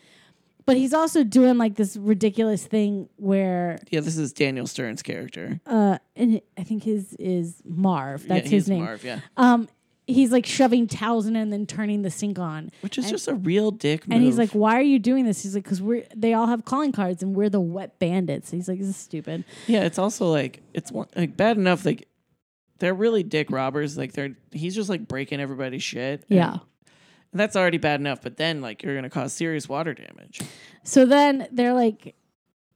Speaker 1: But he's also doing like this ridiculous thing where,
Speaker 2: Yeah, this is Daniel Stern's character.
Speaker 1: uh, and I think his is Marv. That's
Speaker 2: yeah,
Speaker 1: his
Speaker 2: he's
Speaker 1: name.
Speaker 2: Marv, yeah.
Speaker 1: Um, he's like shoving towels in and then turning the sink on.
Speaker 2: Which is just a real dick move.
Speaker 1: And he's like, "Why are you doing this?" He's like, "Cause we're they all have calling cards and we're the wet bandits." He's like, "This is stupid."
Speaker 2: Yeah, it's also like it's one, like bad enough like they're really dick robbers. Like they're he's just like breaking everybody's shit. and-
Speaker 1: Yeah.
Speaker 2: and that's already bad enough. But then like you're gonna cause serious water damage.
Speaker 1: So then they're like,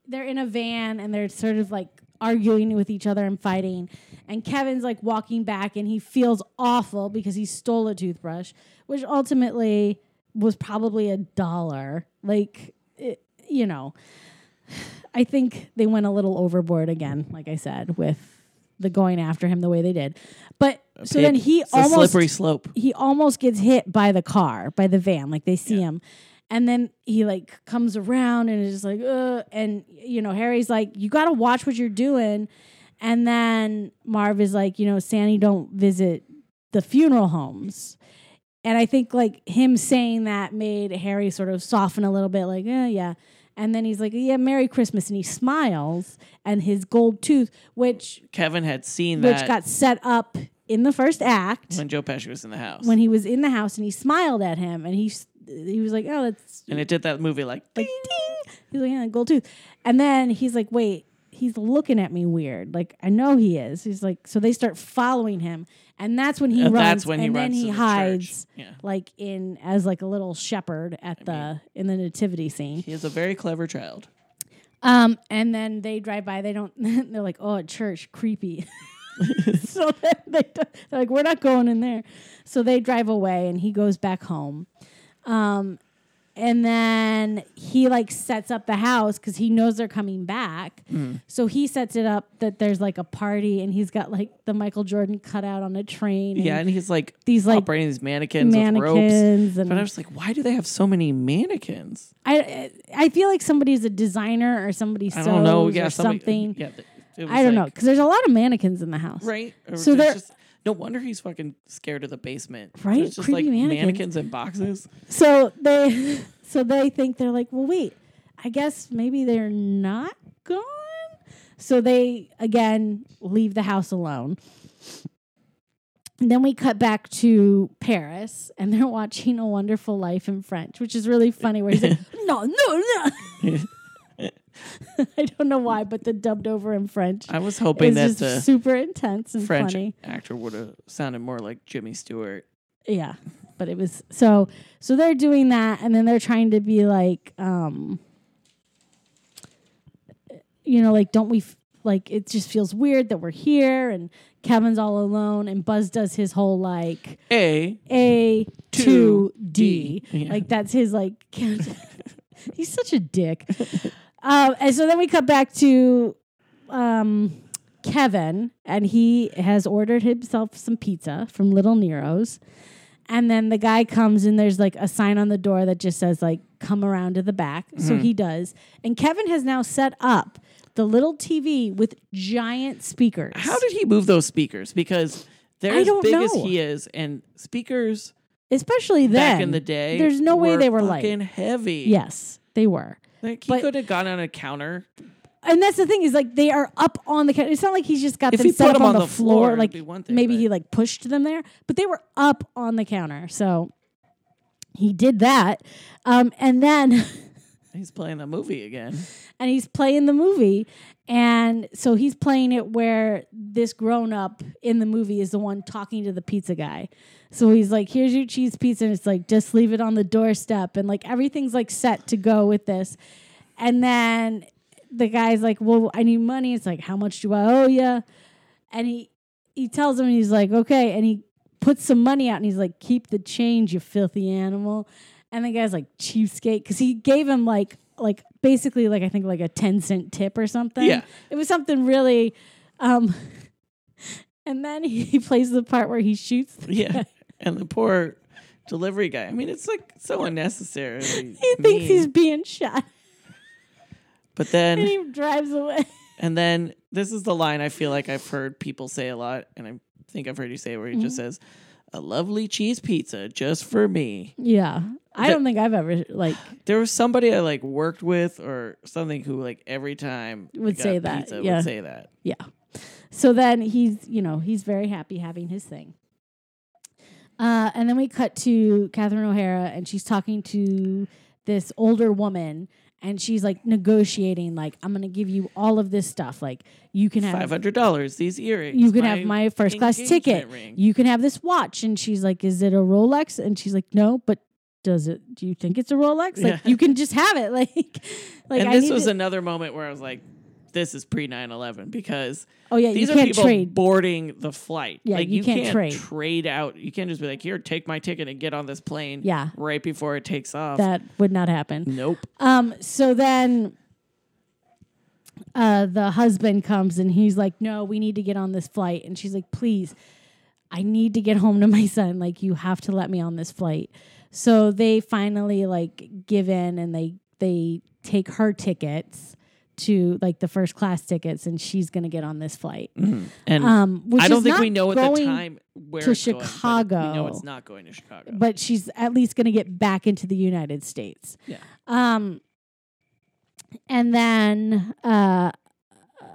Speaker 1: they're in a van and they're sort of like arguing with each other and fighting. And Kevin's like walking back and he feels awful because he stole a toothbrush, which ultimately was probably a dollar. Like, it, you know, I think they went a little overboard again, like I said, with the going after him the way they did. But so then
Speaker 2: It-
Speaker 1: he
Speaker 2: it's a
Speaker 1: almost
Speaker 2: slippery slope.
Speaker 1: he almost gets hit by the car, by the van. Like they see him. And then he like comes around and is just like, uh, and you know, Harry's like, you gotta watch what you're doing. And then Marv is like, you know, Sandy don't visit the funeral homes. And I think like him saying that made Harry sort of soften a little bit, like, eh, yeah. And then he's like, yeah, Merry Christmas. And he smiles and his gold tooth, which
Speaker 2: Kevin had seen
Speaker 1: which
Speaker 2: that
Speaker 1: got set up in the first act
Speaker 2: when Joe Pesci was in the house.
Speaker 1: when he was in the house and he smiled at him and he s- he was like, "Oh, that's
Speaker 2: and it did that movie like,
Speaker 1: like
Speaker 2: ding.
Speaker 1: ding." He's like, "Yeah, gold tooth." And then he's like, "Wait, he's looking at me weird. Like I know he is." He's like, so they start following him, and that's when he
Speaker 2: Uh,
Speaker 1: runs.
Speaker 2: that's when he
Speaker 1: and
Speaker 2: runs
Speaker 1: then
Speaker 2: to
Speaker 1: he
Speaker 2: the church.
Speaker 1: hides,
Speaker 2: Yeah.
Speaker 1: like in as like a little shepherd at the in the nativity scene.
Speaker 2: he is a very clever child.
Speaker 1: Um, and then they drive by. They don't. They're like, "Oh, a church, creepy." so then they, don't- they're like, "We're not going in there." So they drive away, and he goes back home. Um, and then he like sets up the house because he knows they're coming back.
Speaker 2: Mm.
Speaker 1: So he sets it up that there's like a party, and he's got like the Michael Jordan cutout on a train. and
Speaker 2: Yeah, and he's like
Speaker 1: these like
Speaker 2: operating these mannequins, with ropes.
Speaker 1: mannequins, and
Speaker 2: But I was like, why do they have so many mannequins?
Speaker 1: I I feel like somebody's a designer or somebody
Speaker 2: I
Speaker 1: sews
Speaker 2: don't know.
Speaker 1: or
Speaker 2: Yeah, somebody-
Speaker 1: something.
Speaker 2: Yeah, th- it was
Speaker 1: I don't know
Speaker 2: like-
Speaker 1: because there's a lot of mannequins in the house.
Speaker 2: Right? Or
Speaker 1: So
Speaker 2: there's
Speaker 1: they're-
Speaker 2: just- no wonder he's fucking scared of the basement.
Speaker 1: Right?
Speaker 2: There's just
Speaker 1: Creepy
Speaker 2: like
Speaker 1: mannequins.
Speaker 2: mannequins in boxes.
Speaker 1: So they so they think they're like, well, wait, I guess maybe they're not gone. So they again leave the house alone. And then we cut back to Paris, and they're watching A Wonderful Life in French, which is really funny. Where he's like, "No, no, no." I don't know why, but the dubbed over in French
Speaker 2: I was
Speaker 1: is
Speaker 2: hoping that
Speaker 1: just
Speaker 2: the
Speaker 1: super intense and
Speaker 2: French
Speaker 1: funny.
Speaker 2: actor would have sounded more like Jimmy Stewart.
Speaker 1: yeah but it was so so they're doing that and then they're trying to be like um you know like don't we f- like it just feels weird that we're here and kevin's all alone and buzz does his whole like
Speaker 2: A
Speaker 1: a
Speaker 2: Two
Speaker 1: two D.
Speaker 2: D. Yeah.
Speaker 1: Like that's his like. he's such a dick. um, and so then we cut back to um, Kevin, and he has ordered himself some pizza from Little Nero's. And then the guy comes and there's like a sign on the door that just says like come around to the back. So
Speaker 2: Hmm.
Speaker 1: he does. And Kevin has now set up the little TV with giant speakers.
Speaker 2: How did he move those speakers? Because they're
Speaker 1: I
Speaker 2: as
Speaker 1: don't
Speaker 2: big as
Speaker 1: know.
Speaker 2: he is, and speakers
Speaker 1: Especially then
Speaker 2: back in the day.
Speaker 1: There's no way they were light.
Speaker 2: fucking heavy.
Speaker 1: Yes, they were.
Speaker 2: like he
Speaker 1: but-
Speaker 2: could have gone on a counter.
Speaker 1: And that's the thing is like they are up on the counter. It's not like he's just got
Speaker 2: If
Speaker 1: them
Speaker 2: he
Speaker 1: set
Speaker 2: put
Speaker 1: up
Speaker 2: them
Speaker 1: on the, floor.
Speaker 2: it'd
Speaker 1: Like
Speaker 2: be one thing,
Speaker 1: maybe
Speaker 2: but-
Speaker 1: he like pushed them there, but they were up on the counter. So he did that, um, and then
Speaker 2: He's playing the movie again.
Speaker 1: and he's playing the movie, and so he's playing it where this grown up in the movie is the one talking to the pizza guy. So he's like, "Here's your cheese pizza," and it's like, "Just leave it on the doorstep," and like everything's like set to go with this, and then. The guy's like, "Well, I need money." It's like, "How much do I owe you?" and he he tells him he's like okay and he puts some money out and he's like keep the change you filthy animal and the guy's like cheapskate because he gave him like like basically like i think like a 10 cent tip or something
Speaker 2: Yeah.
Speaker 1: it was something really um and then he, he plays the part where he shoots the
Speaker 2: Yeah, and the poor delivery guy. I mean, it's like so unnecessary.
Speaker 1: he thinks he's being shot
Speaker 2: But
Speaker 1: and
Speaker 2: then,
Speaker 1: he drives away
Speaker 2: and then this is the line I feel like I've heard people say a lot, and I think I've heard you say it, where he
Speaker 1: Mm-hmm.
Speaker 2: just says, "A lovely cheese pizza just for me."
Speaker 1: yeah i
Speaker 2: The-
Speaker 1: don't think i've ever like
Speaker 2: There was somebody I like worked with or something who like every time I
Speaker 1: Would
Speaker 2: got
Speaker 1: say that,
Speaker 2: pizza
Speaker 1: yeah.
Speaker 2: would say that.
Speaker 1: Yeah. So then he's, you know, he's very happy having his thing. Uh, and then we cut to Catherine O'Hara, and she's talking to this older woman, and she's like negotiating, like, I'm going to give you all of this stuff. Like, you can have
Speaker 2: Five hundred dollars. These earrings.
Speaker 1: you can have my first class
Speaker 2: engagement
Speaker 1: ticket.
Speaker 2: ring.
Speaker 1: You can have this watch. And she's like, Is it a Rolex? And she's like, No, but does it do you think it's a Rolex? Like
Speaker 2: Yeah.
Speaker 1: you can just have it. Like like
Speaker 2: and
Speaker 1: I
Speaker 2: this
Speaker 1: need
Speaker 2: was
Speaker 1: to-
Speaker 2: another moment where I was like, "This is pre 9-11 because
Speaker 1: Oh yeah,
Speaker 2: these
Speaker 1: you
Speaker 2: are
Speaker 1: can't
Speaker 2: people
Speaker 1: trade.
Speaker 2: boarding the flight.
Speaker 1: Yeah,
Speaker 2: like
Speaker 1: you can't trade.
Speaker 2: out. You can't just be like, "Here, take my ticket and get on this plane."
Speaker 1: Yeah.
Speaker 2: right before it takes off.
Speaker 1: that would not happen.
Speaker 2: nope.
Speaker 1: Um, so then uh, the husband comes and he's like, No, we need to get on this flight. And she's like, Please, I need to get home to my son. Like, you have to let me on this flight. So they finally like give in and they they take her tickets to like the first class tickets, and she's going to get on this flight.
Speaker 2: And
Speaker 1: Um, which
Speaker 2: Mm-hmm. I don't
Speaker 1: is
Speaker 2: think we
Speaker 1: not
Speaker 2: know at the
Speaker 1: going-
Speaker 2: time where
Speaker 1: to
Speaker 2: it's going, but we know
Speaker 1: Chicago.
Speaker 2: it's not going to Chicago.
Speaker 1: but she's at least going to get back into the United States.
Speaker 2: Yeah.
Speaker 1: Um, and then uh, uh,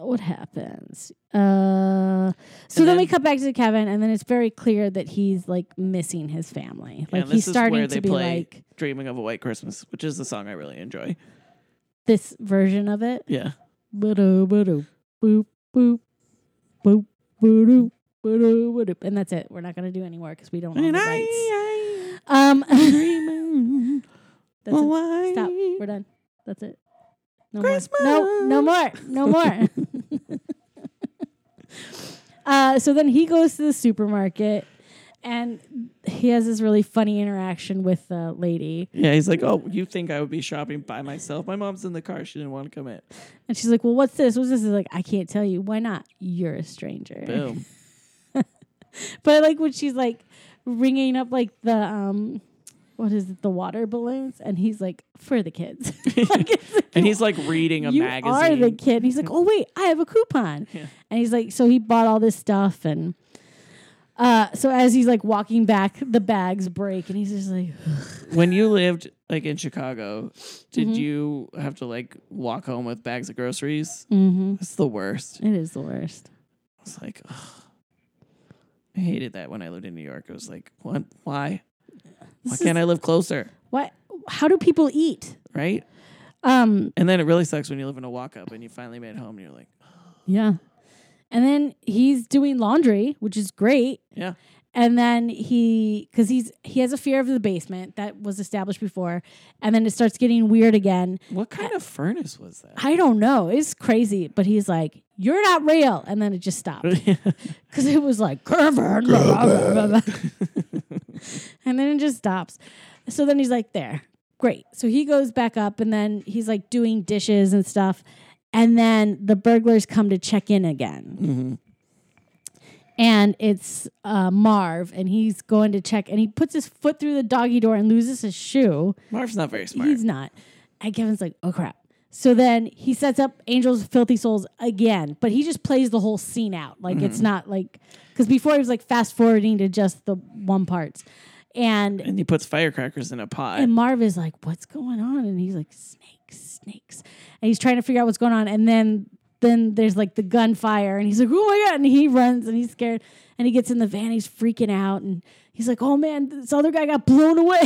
Speaker 1: what happens? Uh, so
Speaker 2: And
Speaker 1: then, we
Speaker 2: then-
Speaker 1: cut back to Kevin, and then it's very clear that he's like missing his family.
Speaker 2: Yeah,
Speaker 1: Like
Speaker 2: and
Speaker 1: he's
Speaker 2: this is
Speaker 1: starting
Speaker 2: where
Speaker 1: to
Speaker 2: they
Speaker 1: be
Speaker 2: play-
Speaker 1: like
Speaker 2: Dreaming of a White Christmas, which is the song I really enjoy.
Speaker 1: this version of it.
Speaker 2: Yeah.
Speaker 1: Ba-do, ba-do, boop, boop, boop, ba-do, ba-do, ba-do. And that's it. We're not going to do any more because we don't own the
Speaker 2: And I-
Speaker 1: rights.
Speaker 2: I-
Speaker 1: Um,
Speaker 2: dreaming
Speaker 1: that's it.
Speaker 2: Hawaii.
Speaker 1: Stop. We're done. That's it. No
Speaker 2: Christmas.
Speaker 1: more. No, no more. No more. uh, so then he goes to the supermarket and he has this really funny interaction with the lady.
Speaker 2: Yeah, he's like, oh, you think I would be shopping by myself? My mom's in the car. She didn't want to come in.
Speaker 1: And she's like, Well, what's this? What's this? He's like, I can't tell you. Why not? You're a stranger.
Speaker 2: Boom.
Speaker 1: But I like when she's like ringing up like the, um, what is it, the water balloons? And he's like, For the kids. Like, it's like,
Speaker 2: And he's like reading a
Speaker 1: you are
Speaker 2: magazine.
Speaker 1: the kid. And he's like, oh wait, I have a coupon. And he's like, so he bought all this stuff, and uh, so as he's like walking back, the bags break, and he's just like,
Speaker 2: when you lived like in Chicago, did
Speaker 1: Mm-hmm.
Speaker 2: you have to like walk home with bags of groceries?
Speaker 1: mm-hmm.
Speaker 2: It's the worst.
Speaker 1: it is the worst.
Speaker 2: It's like, ugh. I hated that when I lived in New York. It was like, what? Why? Why
Speaker 1: This
Speaker 2: can't I live closer?
Speaker 1: What? How do people eat?
Speaker 2: Right?
Speaker 1: Um,
Speaker 2: And then it really sucks when you live in a walk up and you finally made home and you're like,
Speaker 1: yeah. And then he's doing laundry, which is great.
Speaker 2: yeah,
Speaker 1: And then he, because he's he has a fear of the basement that was established before, and then it starts getting weird again.
Speaker 2: what kind of furnace was that?
Speaker 1: I don't know. It's crazy. But he's like, you're not real. And then it just stopped. Because it was like, Kevin. blah, blah, blah, blah. and then it just stops. So then he's like, there. Great. So he goes back up and then he's like doing dishes and stuff. And then the burglars come to check in again. And it's uh, Marv, and he's going to check, and he puts his foot through the doggy door and loses his shoe.
Speaker 2: Marv's not very smart.
Speaker 1: He's not. And Kevin's like, oh crap. So then he sets up Angel's Filthy Souls again, but he just plays the whole scene out. Like it's not like because before he was like fast forwarding to just the one parts, and
Speaker 2: and he puts firecrackers in a pot.
Speaker 1: and Marv is like, what's going on? And he's like, snakes, snakes, and he's trying to figure out what's going on, and then. Then there's like the gunfire, and he's like, "Oh my god!" And he runs, and he's scared, and he gets in the van. He's freaking out, and he's like, "Oh man, this other guy got blown away."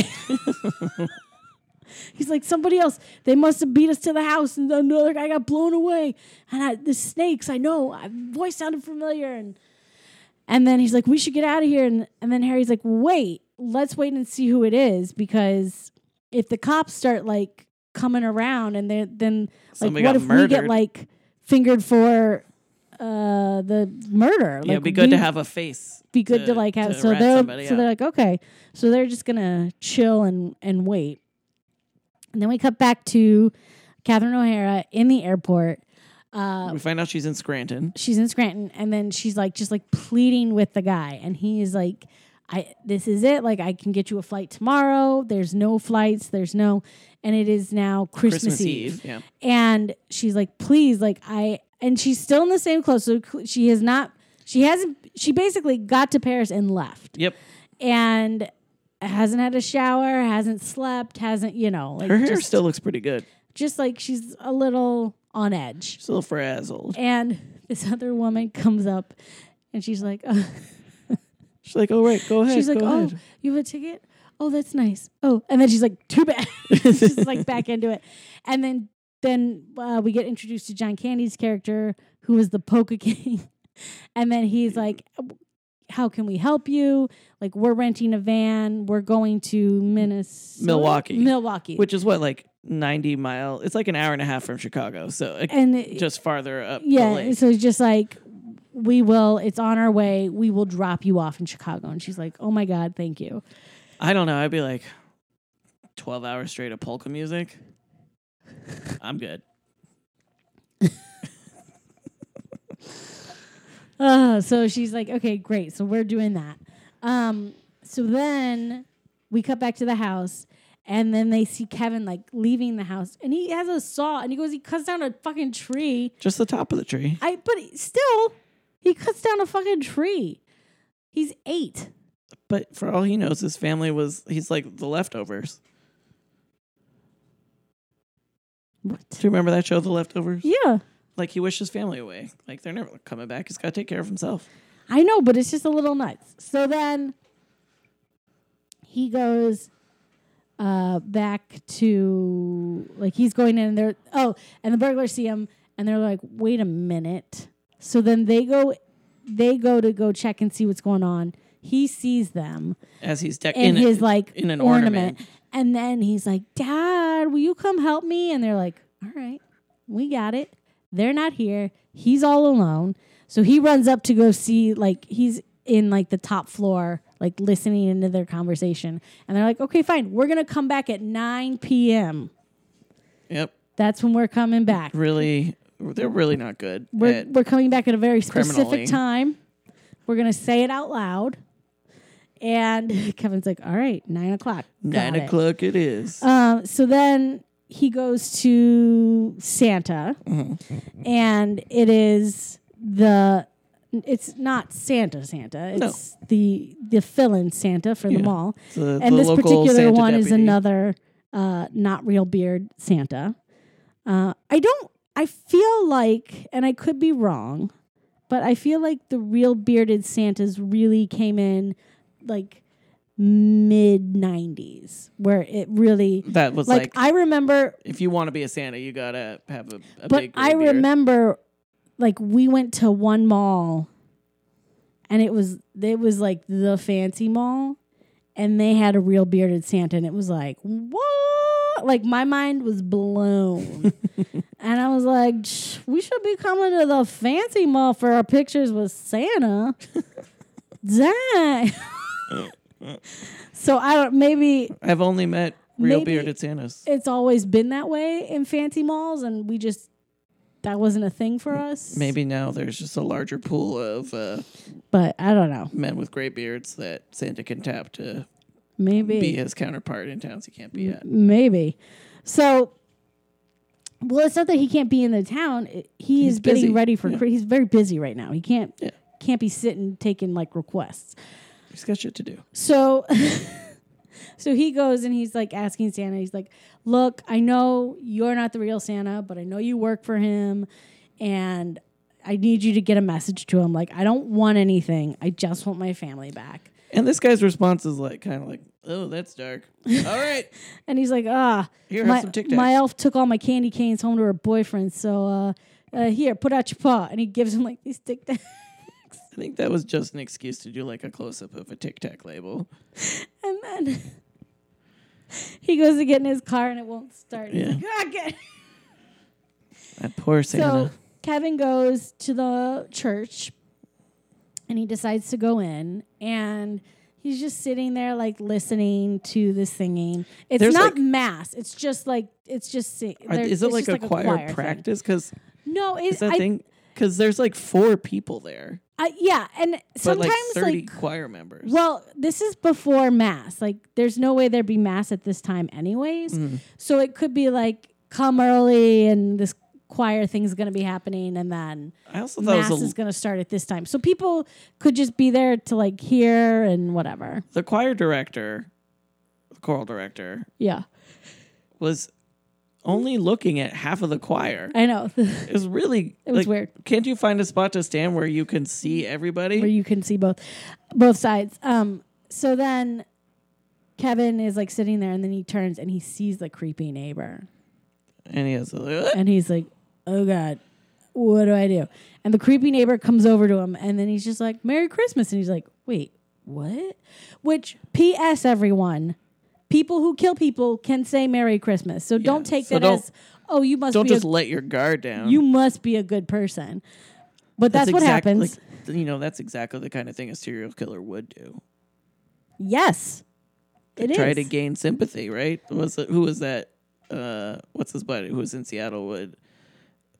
Speaker 1: He's like, somebody else. They must have beat us to the house, and another guy got blown away. And I, the snakes, I know. I, voice sounded familiar, and and then he's like, we should get out of here. And and then Harry's like, wait, let's wait and see who it is because if the cops start like coming around, and they're- then like,
Speaker 2: Somebody
Speaker 1: what
Speaker 2: got
Speaker 1: if we get
Speaker 2: murdered.
Speaker 1: like fingered for uh the murder?
Speaker 2: yeah,
Speaker 1: like,
Speaker 2: it'd be good to
Speaker 1: we-
Speaker 2: have a face.
Speaker 1: be good to,
Speaker 2: to-
Speaker 1: like have
Speaker 2: to
Speaker 1: so
Speaker 2: rat
Speaker 1: they're
Speaker 2: somebody
Speaker 1: so
Speaker 2: out.
Speaker 1: they're like okay so they're just gonna chill and and wait and then we cut back to catherine o'hara in the airport uh
Speaker 2: We find out she's in Scranton.
Speaker 1: she's in scranton and then she's like just like pleading with the guy and he is like i this is it like i can get you a flight tomorrow there's no flights there's no and it is now christmas,
Speaker 2: Christmas
Speaker 1: eve.
Speaker 2: Eve. Yeah.
Speaker 1: and she's like please like i and she's still in the same clothes so cl- she has not she hasn't she basically got to paris and left
Speaker 2: Yep.
Speaker 1: and hasn't had a shower, hasn't slept, hasn't, you know, like
Speaker 2: Her hair
Speaker 1: just,
Speaker 2: still looks pretty good.
Speaker 1: just like she's a little on edge.
Speaker 2: Still frazzled.
Speaker 1: And this other woman comes up and she's like, uh,
Speaker 2: She's like, oh, right, go ahead.
Speaker 1: she's like,
Speaker 2: go
Speaker 1: oh,
Speaker 2: ahead.
Speaker 1: you have a ticket? Oh, that's nice. Oh, and then she's like, too bad. she's like back into it. And then then uh, we get introduced to John Candy's character, who is the Poker King. and then he's like, how can we help you? Like, we're renting a van. We're going to Minnesota.
Speaker 2: Milwaukee.
Speaker 1: Milwaukee.
Speaker 2: Which is what, like 90 mile? It's like an hour and a half from Chicago. So it,
Speaker 1: and it-
Speaker 2: just farther up
Speaker 1: yeah,
Speaker 2: the lake.
Speaker 1: so he's just like, we will, it's on our way. We will drop you off in Chicago. And she's like, oh my God, thank you.
Speaker 2: I don't know. I'd be like 12 hours straight of polka music. I'm good.
Speaker 1: Uh, so she's like, okay, great. So we're doing that. Um, so then we cut back to the house, And then they see Kevin like leaving the house, and he has a saw, and he goes, he cuts down a fucking tree.
Speaker 2: Just the top of the tree.
Speaker 1: I but still, he cuts down a fucking tree. He's eight.
Speaker 2: But for all he knows, his family was, he's like the leftovers.
Speaker 1: What?
Speaker 2: Do you remember that show, The Leftovers?
Speaker 1: Yeah,
Speaker 2: Like he wished his family away. Like they're never coming back. He's got to take care of himself.
Speaker 1: I know, but it's just a little nuts. So then he goes uh, back to like he's going in there. Oh, and the burglars see him, and they're like, "Wait a minute." So then they go, they go to go check and see what's going on. He sees them,
Speaker 2: As he's de-
Speaker 1: in,
Speaker 2: a-
Speaker 1: his like
Speaker 2: in an
Speaker 1: ornament.
Speaker 2: ornament.
Speaker 1: And then he's like, Dad, will you come help me? And they're like, All right, we got it. They're not here. He's all alone. So he runs up to go see, like, he's in like the top floor, like listening into their conversation. And they're like, Okay, fine. We're going to come back at 9 p.m.
Speaker 2: Yep.
Speaker 1: That's when we're coming back.
Speaker 2: Really, they're really not good.
Speaker 1: We're,
Speaker 2: at-
Speaker 1: we're coming back at a very
Speaker 2: Criminally.
Speaker 1: specific time. We're going to say it out loud. And Kevin's like, All right, nine o'clock.
Speaker 2: nine
Speaker 1: Got it."
Speaker 2: o'clock it is.
Speaker 1: Um, so then he goes to Santa,
Speaker 2: Mm-hmm.
Speaker 1: and it is the. It's not Santa, Santa.
Speaker 2: No.
Speaker 1: It's the the fill-in Santa for the
Speaker 2: Yeah.
Speaker 1: mall,
Speaker 2: The-
Speaker 1: and
Speaker 2: the
Speaker 1: this
Speaker 2: local
Speaker 1: particular
Speaker 2: Santa
Speaker 1: one is
Speaker 2: deputy.
Speaker 1: another uh, not real beard Santa. Uh, I don't. I feel like, and I could be wrong, but I feel like the real bearded Santas really came in like mid '90s, where it really
Speaker 2: That was
Speaker 1: like,
Speaker 2: like,
Speaker 1: I remember,
Speaker 2: if you want to be a Santa, you gotta have a, a
Speaker 1: but
Speaker 2: big.
Speaker 1: I
Speaker 2: gray beard.
Speaker 1: remember, like we went to one mall, and it was it was like the fancy mall, and they had a real bearded Santa, and it was like what? Like my mind was blown, and I was like, "Shh, we should be coming to the fancy mall for our pictures with Santa. Dang. so I don't maybe
Speaker 2: I've only met real
Speaker 1: Maybe-
Speaker 2: bearded Santas.
Speaker 1: it's always been that way in fancy malls and we just that wasn't a thing for us
Speaker 2: Maybe now there's just a larger pool of uh,
Speaker 1: but i don't know
Speaker 2: men with gray beards that Santa can tap to
Speaker 1: maybe
Speaker 2: be his counterpart in towns he can't be
Speaker 1: Mm.
Speaker 2: at.
Speaker 1: maybe so well it's not that he can't be in the town it- he
Speaker 2: He's
Speaker 1: is getting
Speaker 2: busy.
Speaker 1: ready for
Speaker 2: Yeah.
Speaker 1: cri- he's very busy right now he can't
Speaker 2: Yeah.
Speaker 1: can't be sitting taking like requests
Speaker 2: He's got shit to do.
Speaker 1: So so he goes and he's like asking Santa, he's like, Look, I know you're not the real Santa, but I know you work for him and I need you to get a message to him. Like, I don't want anything. I just want my family back.
Speaker 2: And this guy's response is like kind of like, "Oh, that's dark. All right,
Speaker 1: And he's like, Ah,
Speaker 2: Here, have
Speaker 1: my,
Speaker 2: some Tic Tacs."
Speaker 1: my elf took all my candy canes home to her boyfriend. So uh, uh, here, put out your paw. And he gives him like these tic tacs.
Speaker 2: I think that was just an excuse to do like a close up of a Tic Tac label.
Speaker 1: And then he goes to get in his car and it won't start. He's
Speaker 2: Yeah.
Speaker 1: like, ah, get.
Speaker 2: That poor Santa.
Speaker 1: So Kevin goes to the church and he decides to go in and he's just sitting there like listening to the singing. It's
Speaker 2: There's,
Speaker 1: not
Speaker 2: like-
Speaker 1: mass. It's just like it's just sing.
Speaker 2: Are-
Speaker 1: there-
Speaker 2: is it
Speaker 1: it's
Speaker 2: like
Speaker 1: just
Speaker 2: a choir,
Speaker 1: thing.
Speaker 2: practice? Because
Speaker 1: No,
Speaker 2: is
Speaker 1: it's
Speaker 2: that
Speaker 1: I,
Speaker 2: thing? Because there's like four people there,
Speaker 1: I yeah, and
Speaker 2: but
Speaker 1: sometimes
Speaker 2: like thirty
Speaker 1: like
Speaker 2: choir members.
Speaker 1: Well, this is before mass. Like, there's no way there'd be mass at this time, anyways.
Speaker 2: Mm.
Speaker 1: So it could be like, come early, and this choir thing's gonna be happening, and then
Speaker 2: I also thought
Speaker 1: mass
Speaker 2: it was a,
Speaker 1: is gonna start at this time. So people could just be there to like hear and whatever.
Speaker 2: the choir director, the choral director,
Speaker 1: Yeah,
Speaker 2: was only looking at half of the choir.
Speaker 1: I know.
Speaker 2: It was really
Speaker 1: It was
Speaker 2: like,
Speaker 1: weird.
Speaker 2: Can't you find a spot to stand where you can see everybody?
Speaker 1: where you can see both both sides. Um, so then Kevin is like sitting there, and then he turns and he sees the creepy neighbor.
Speaker 2: and he has a, "Ugh."
Speaker 1: and he's like, "Oh God, what do I do?" And the creepy neighbor comes over to him, and then he's just like, "Merry Christmas," and he's like, "Wait, what?" Which, P.S. Everyone, people who kill people can say Merry Christmas, so don't take
Speaker 2: so
Speaker 1: that
Speaker 2: don't-
Speaker 1: as, "Oh, you must
Speaker 2: don't
Speaker 1: be
Speaker 2: just
Speaker 1: a,
Speaker 2: let your guard down.
Speaker 1: you must be a good person." But that's, what
Speaker 2: Um, exact-
Speaker 1: happens.
Speaker 2: like, th- you know, that's exactly the kind of thing a serial killer would do.
Speaker 1: yes, it is.
Speaker 2: Try to gain sympathy, right? Was it, who was that? Uh, what's his buddy who was in Seattle would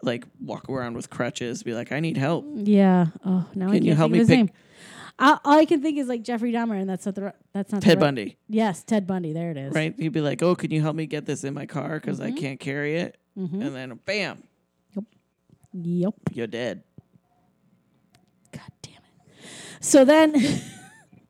Speaker 2: like walk around with crutches, be like, "I need help.
Speaker 1: yeah. Oh, now I
Speaker 2: Can
Speaker 1: can't
Speaker 2: you help
Speaker 1: think
Speaker 2: me
Speaker 1: of his
Speaker 2: pick?"
Speaker 1: name. I, all I can think is like Jeffrey Dahmer, and that's not the ri- that's not
Speaker 2: Ted
Speaker 1: the right-
Speaker 2: Bundy,
Speaker 1: Yes, Ted Bundy. There it is.
Speaker 2: right? He'd be like, "Oh, can you help me get this in my car because I can't carry it?" And then, bam,
Speaker 1: Yep.
Speaker 2: you're dead.
Speaker 1: God damn it. So then,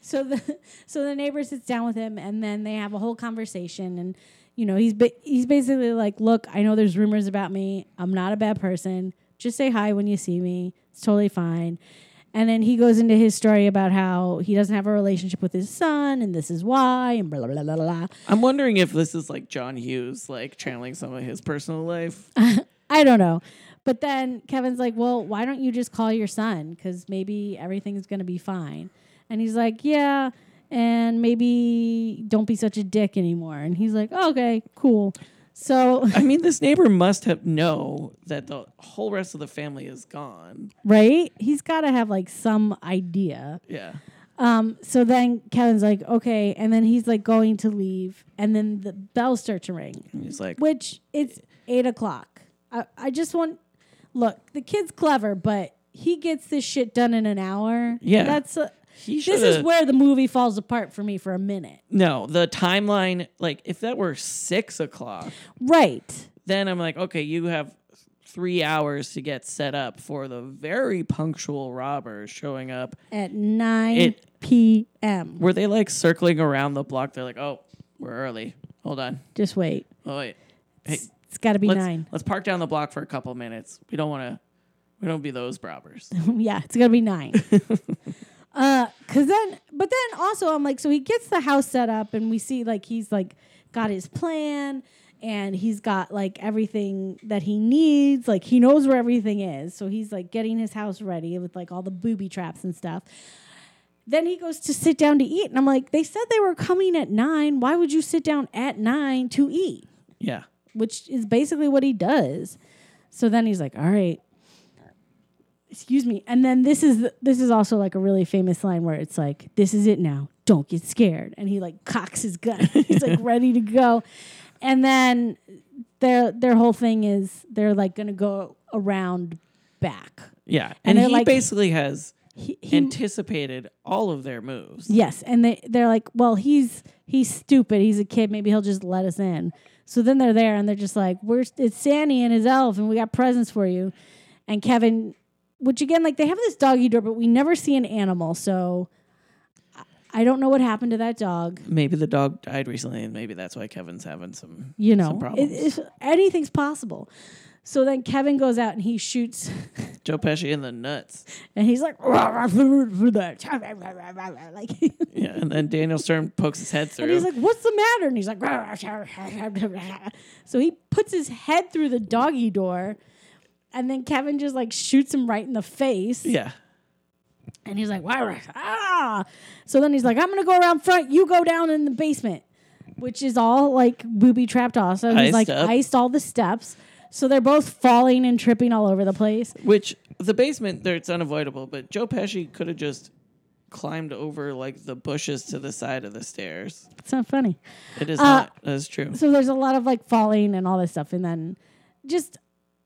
Speaker 1: so the so the neighbor sits down with him, and then they have a whole conversation, and you know he's ba- he's basically like, look, I know there's rumors about me. I'm not a bad person. Just say hi when you see me. It's totally fine. And then he goes into his story about how he doesn't have a relationship with his son, and this is why, and blah blah blah blah blah.
Speaker 2: I'm wondering if this is like John Hughes, like channeling some of his personal life.
Speaker 1: I don't know. But then Kevin's like, well, why don't you just call your son? Because maybe everything's going to be fine. And he's like, yeah. And maybe don't be such a dick anymore. And he's like, okay, cool. So,
Speaker 2: I mean, this neighbor must have know that the whole rest of the family is gone.
Speaker 1: right? He's got to have like some idea.
Speaker 2: Yeah.
Speaker 1: Um, so then Kevin's like, okay. And then he's like going to leave. And then the bells start to ring.
Speaker 2: And he's like,
Speaker 1: Which it's eight o'clock. I, I just want look. The kid's clever, but he gets this shit done in an hour.
Speaker 2: Yeah.
Speaker 1: that's a,
Speaker 2: he
Speaker 1: this is
Speaker 2: shoulda-
Speaker 1: where the movie falls apart for me for a minute.
Speaker 2: No, the timeline, like if that were six o'clock,
Speaker 1: Right.
Speaker 2: then I'm like, okay, you have three hours to get set up for the very punctual robbers showing up.
Speaker 1: At nine
Speaker 2: It-
Speaker 1: p.m.
Speaker 2: Were they like circling around the block? They're like, oh, we're early. Hold on.
Speaker 1: Just wait.
Speaker 2: Oh, wait. Hey,
Speaker 1: It's got to be
Speaker 2: let's,
Speaker 1: 9
Speaker 2: let's park down the block for a couple minutes. We don't want to, we don't be those robbers.
Speaker 1: yeah, it's gonna be nine. uh, cause then, but then also, I'm like, so he gets the house set up, and we see like he's like got his plan, and he's got like everything that he needs. Like he knows where everything is, so he's like getting his house ready with like all the booby traps and stuff. Then he goes to sit down to eat, and I'm like, they said they were coming at nine. Why would you sit down at nine to eat?
Speaker 2: yeah.
Speaker 1: which is basically what he does. So then he's like, "All right, excuse me." And then this is this is also like a really famous line where it's like, "This is it now. Don't get scared." And he like cocks his gun. he's like ready to go. And then their their whole thing is they're like going to go around back.
Speaker 2: Yeah.
Speaker 1: And
Speaker 2: And,
Speaker 1: they're
Speaker 2: he
Speaker 1: like-
Speaker 2: basically has
Speaker 1: He, he
Speaker 2: anticipated all of their moves.
Speaker 1: Yes, and they they're like, well, he's he's stupid. He's a kid. Maybe he'll just let us in. So then they're there, and they're just like, we're it's Sandy and his elf, and we got presents for you, and Kevin. Which again, like they have this doggy door, but we never see an animal. So I- I don't know what happened to that dog.
Speaker 2: Maybe the dog died recently, and maybe that's why Kevin's having some
Speaker 1: You
Speaker 2: some
Speaker 1: know, it,
Speaker 2: problems.
Speaker 1: it's, anything's possible. So then Kevin goes out and he shoots,
Speaker 2: Joe Pesci in the nuts.
Speaker 1: and he's like, like
Speaker 2: Yeah, and then Daniel Stern pokes his head
Speaker 1: And
Speaker 2: through.
Speaker 1: he's like, "What's the matter?" And he's like, "Rah, rah, rah, rah, rah, rah." "So he puts his head through the doggy door, and then Kevin just like shoots him right in the face."
Speaker 2: yeah,
Speaker 1: And he's like, "Rah, rah, ah!" So then he's like, "I'm gonna go around front. You go down in the basement," which is all like booby trapped. Also, he's
Speaker 2: Iced
Speaker 1: like
Speaker 2: up.
Speaker 1: iced all the steps, so they're both falling and tripping all over the place.
Speaker 2: which the basement there it's unavoidable, but Joe Pesci could have just climbed over like the bushes to the side of the stairs.
Speaker 1: It's not funny.
Speaker 2: It is not. That's true.
Speaker 1: so there's a lot of like falling and all this stuff and then just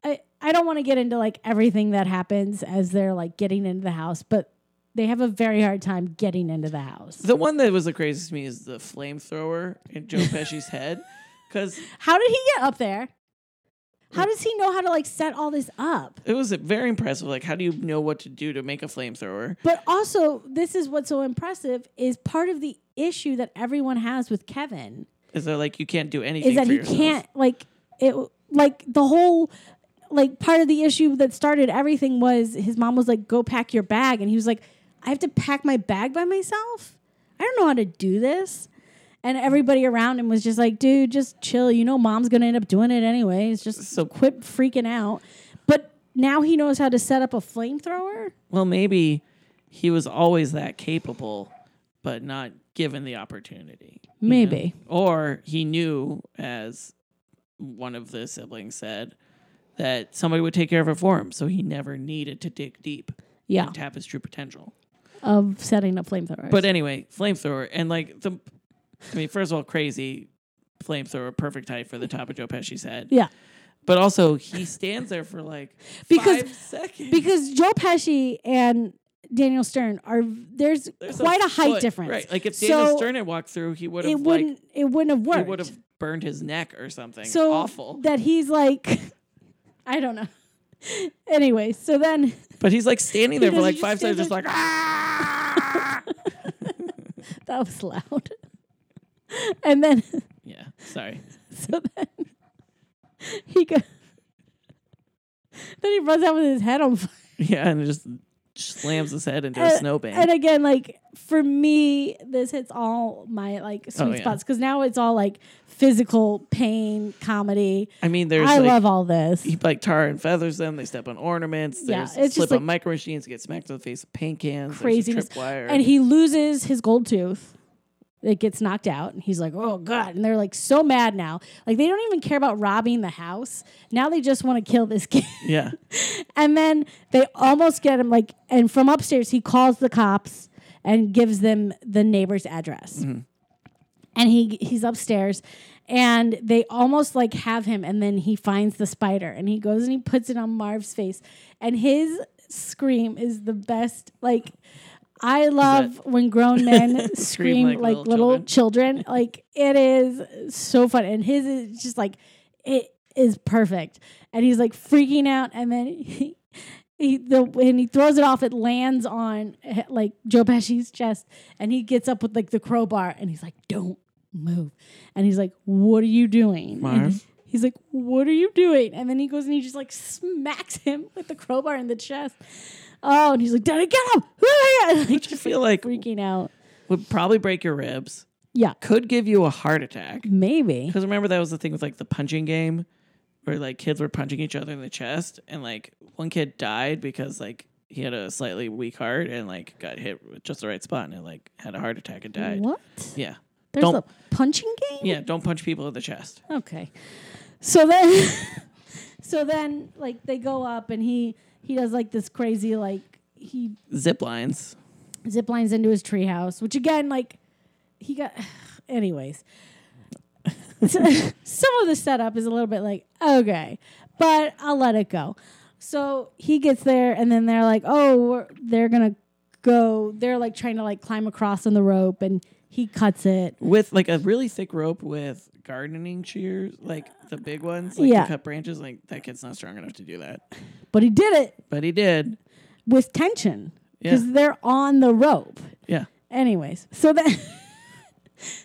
Speaker 1: i i don't want to get into like everything that happens as they're like getting into the house but they have a very hard time getting into the house
Speaker 2: The one that was the craziest to me is the flamethrower in Joe Pesci's head, because
Speaker 1: how did he get up there how does he know how to like set all this up
Speaker 2: it was very impressive. Like, how do you know what to do to make a flamethrower?
Speaker 1: but also this is what's so impressive is part of the issue that everyone has with kevin
Speaker 2: Is that like you can't do anything?
Speaker 1: is that
Speaker 2: for
Speaker 1: he
Speaker 2: yourself?
Speaker 1: can't like it like the whole like part of the issue that started everything was his mom was like go pack your bag and he was like i have to pack my bag by myself i don't know how to do this and everybody around him was just like dude just chill you know mom's gonna end up doing it anyways just
Speaker 2: So-
Speaker 1: quit freaking out but now he knows how to set up a flamethrower
Speaker 2: Well, maybe he was always that capable, but not given the opportunity. you know?
Speaker 1: Maybe.
Speaker 2: Or he knew, as one of the siblings said, that somebody would take care of it for him. So he never needed to dig deep,
Speaker 1: yeah
Speaker 2: tap his true potential.
Speaker 1: of setting up flamethrowers
Speaker 2: But anyway, flamethrower. And like the, I mean, first of all, crazy flamethrower, perfect height for the top of Joe Pesci's head.
Speaker 1: yeah
Speaker 2: But also, he stands there for like
Speaker 1: Because-
Speaker 2: five seconds.
Speaker 1: because Joe Pesci and Daniel Stern are there's,
Speaker 2: There's
Speaker 1: quite a, height
Speaker 2: foot,
Speaker 1: difference.
Speaker 2: Right. Like if Daniel
Speaker 1: So
Speaker 2: Stern had walked through, he would
Speaker 1: it
Speaker 2: have like
Speaker 1: wouldn't it wouldn't have
Speaker 2: he
Speaker 1: worked.
Speaker 2: would have burned his neck or something.
Speaker 1: so
Speaker 2: awful.
Speaker 1: that he's like, I don't know. anyway, so then
Speaker 2: but he's like standing there for
Speaker 1: doesn't
Speaker 2: like
Speaker 1: just
Speaker 2: five
Speaker 1: stand
Speaker 2: seconds, just
Speaker 1: there.
Speaker 2: like ah.
Speaker 1: that was loud, and then
Speaker 2: yeah. Sorry.
Speaker 1: so then he goes. Then he runs out with his head on fire.
Speaker 2: Yeah, and just slams his head into a
Speaker 1: And-
Speaker 2: snowbank.
Speaker 1: And again, like for me, this hits all my like sweet
Speaker 2: Oh, yeah.
Speaker 1: spots because now it's all like physical pain comedy.
Speaker 2: I mean, there's
Speaker 1: I
Speaker 2: like
Speaker 1: love all this.
Speaker 2: he like tar and feathers them. They step on ornaments.
Speaker 1: Yeah,
Speaker 2: There's
Speaker 1: it's
Speaker 2: slip
Speaker 1: just
Speaker 2: on
Speaker 1: like
Speaker 2: micro machines. Get smacked in the face with paint cans.
Speaker 1: Craziness.
Speaker 2: There's a tripwire.
Speaker 1: And he loses his gold tooth. It gets knocked out, and he's like, "Oh God!" And they're like so mad now. Like they don't even care about robbing the house. Now they just want to kill this kid.
Speaker 2: yeah,
Speaker 1: And then they almost get him like and from upstairs he calls the cops and gives them the neighbor's address. And he he's upstairs and they almost like have him and then he finds the spider and he goes and he puts it on Marv's face and his scream is the best like I love when grown men scream like, little, children. Like it is so fun, and his is just like it is perfect. And he's like freaking out, and then he, he the when he throws it off, it lands on eh, like Joe Pesci's chest, and he gets up with like the crowbar, and he's like, "Don't move," and he's like, "What are you doing?" And
Speaker 2: Marv?
Speaker 1: He's like, "What are you doing?" And then he goes and he just like smacks him with the crowbar in the chest. Oh, and he's like, "Daddy, get him!" And, like,
Speaker 2: which I feel like
Speaker 1: freaking out.
Speaker 2: would probably break your ribs.
Speaker 1: Yeah,
Speaker 2: Could give you a heart attack.
Speaker 1: maybe.
Speaker 2: Because remember that was the thing with like the punching game, where like kids were punching each other in the chest, and like one kid died because like he had a slightly weak heart and like got hit with just the right spot and like had a heart attack and died.
Speaker 1: What?
Speaker 2: Yeah,
Speaker 1: There's
Speaker 2: Don't-
Speaker 1: a punching game?
Speaker 2: yeah. Don't punch people in the chest.
Speaker 1: Okay. So then so then like they go up and he he does like this crazy like he
Speaker 2: Zip lines.
Speaker 1: zip lines into his treehouse, which again like he got anyways. So- Some of the setup is a little bit like okay, but I'll let it go. So he gets there and then they're like, "Oh, we're, they're going to go. They're like trying to like climb across on the rope and he cuts it.
Speaker 2: with like a really thick rope with gardening shears, like the big ones, like
Speaker 1: Yeah.
Speaker 2: to cut branches. Like that kid's not strong enough to do that,
Speaker 1: But he did it.
Speaker 2: but he did.
Speaker 1: with tension
Speaker 2: Yeah,
Speaker 1: because they're on the rope.
Speaker 2: yeah.
Speaker 1: Anyways, so then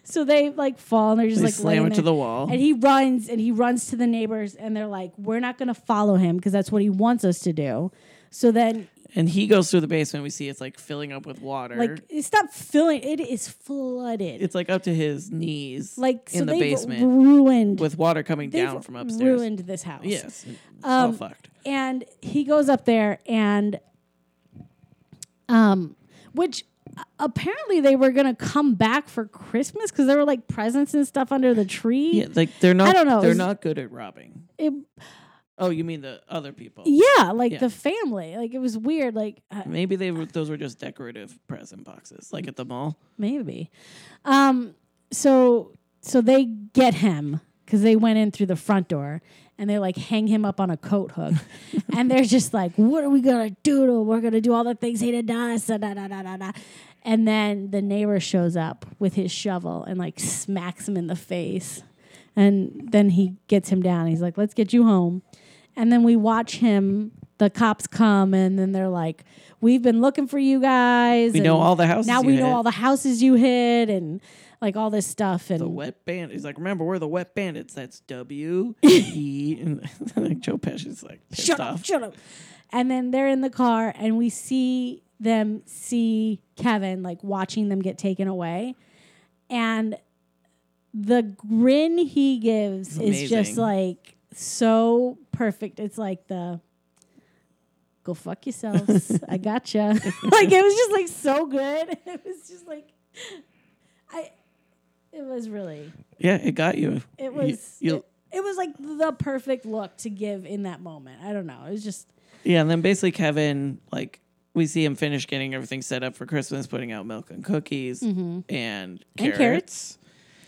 Speaker 1: so they like fall and they're just
Speaker 2: They
Speaker 1: like
Speaker 2: slam
Speaker 1: laying
Speaker 2: it to
Speaker 1: there.
Speaker 2: the wall.
Speaker 1: and he runs and he runs to the neighbors and they're like, we're not gonna follow him because that's what he wants us to do. So then,
Speaker 2: And he goes through the basement. We see it's like filling up with water.
Speaker 1: like, it's not filling; it is flooded.
Speaker 2: Er. it's like up to his knees,
Speaker 1: like so
Speaker 2: in the
Speaker 1: they've
Speaker 2: basement
Speaker 1: ruined.
Speaker 2: with water coming
Speaker 1: they've
Speaker 2: down from upstairs.
Speaker 1: Ruined this house.
Speaker 2: Yes, it's all
Speaker 1: Um,
Speaker 2: fucked.
Speaker 1: and he goes up there and um which uh, apparently they were gonna come back for christmas because there were like presents and stuff under the tree
Speaker 2: Yeah, like they're not.
Speaker 1: don't know,
Speaker 2: They're
Speaker 1: it's-
Speaker 2: not good at robbing.
Speaker 1: It-
Speaker 2: Oh, you mean the other people?
Speaker 1: yeah like
Speaker 2: Yeah.
Speaker 1: the family like it was weird like uh,
Speaker 2: Maybe they were. Those were just decorative present boxes, like at the mall.
Speaker 1: maybe um so so they get him because they went in through the front door and they like hang him up on a coat hook and they're just like what are we gonna do to him we're gonna do all the things he did to us da, da, da, da, da, da. and then the neighbor shows up with his shovel and like smacks him in the face and then he gets him down he's like let's get you home and then we watch him the cops come and then they're like we've been looking for you guys
Speaker 2: We know
Speaker 1: and
Speaker 2: all the houses
Speaker 1: now
Speaker 2: you
Speaker 1: we know
Speaker 2: hit.
Speaker 1: all the houses you hid and like all this stuff and
Speaker 2: the wet bandit. He's like, remember, we're the wet bandits. That's W E. And like Joe Pesci's like, pissed
Speaker 1: shut
Speaker 2: off.
Speaker 1: up, shut up. And then they're in the car, and we see them see Kevin like watching them get taken away, and the grin he gives is just
Speaker 2: Amazing.
Speaker 1: like so perfect. It's like the go fuck yourselves. I gotcha. like it was just like so good. It was just like I. It was really.
Speaker 2: Yeah, it got you.
Speaker 1: It was.
Speaker 2: You, you-
Speaker 1: it, it was like the perfect look to give in that moment. I don't know. It was just.
Speaker 2: yeah, and then basically Kevin, like, we see him finish getting everything set up for Christmas, putting out milk and cookies and,
Speaker 1: Mm-hmm. And
Speaker 2: carrots,
Speaker 1: carrots.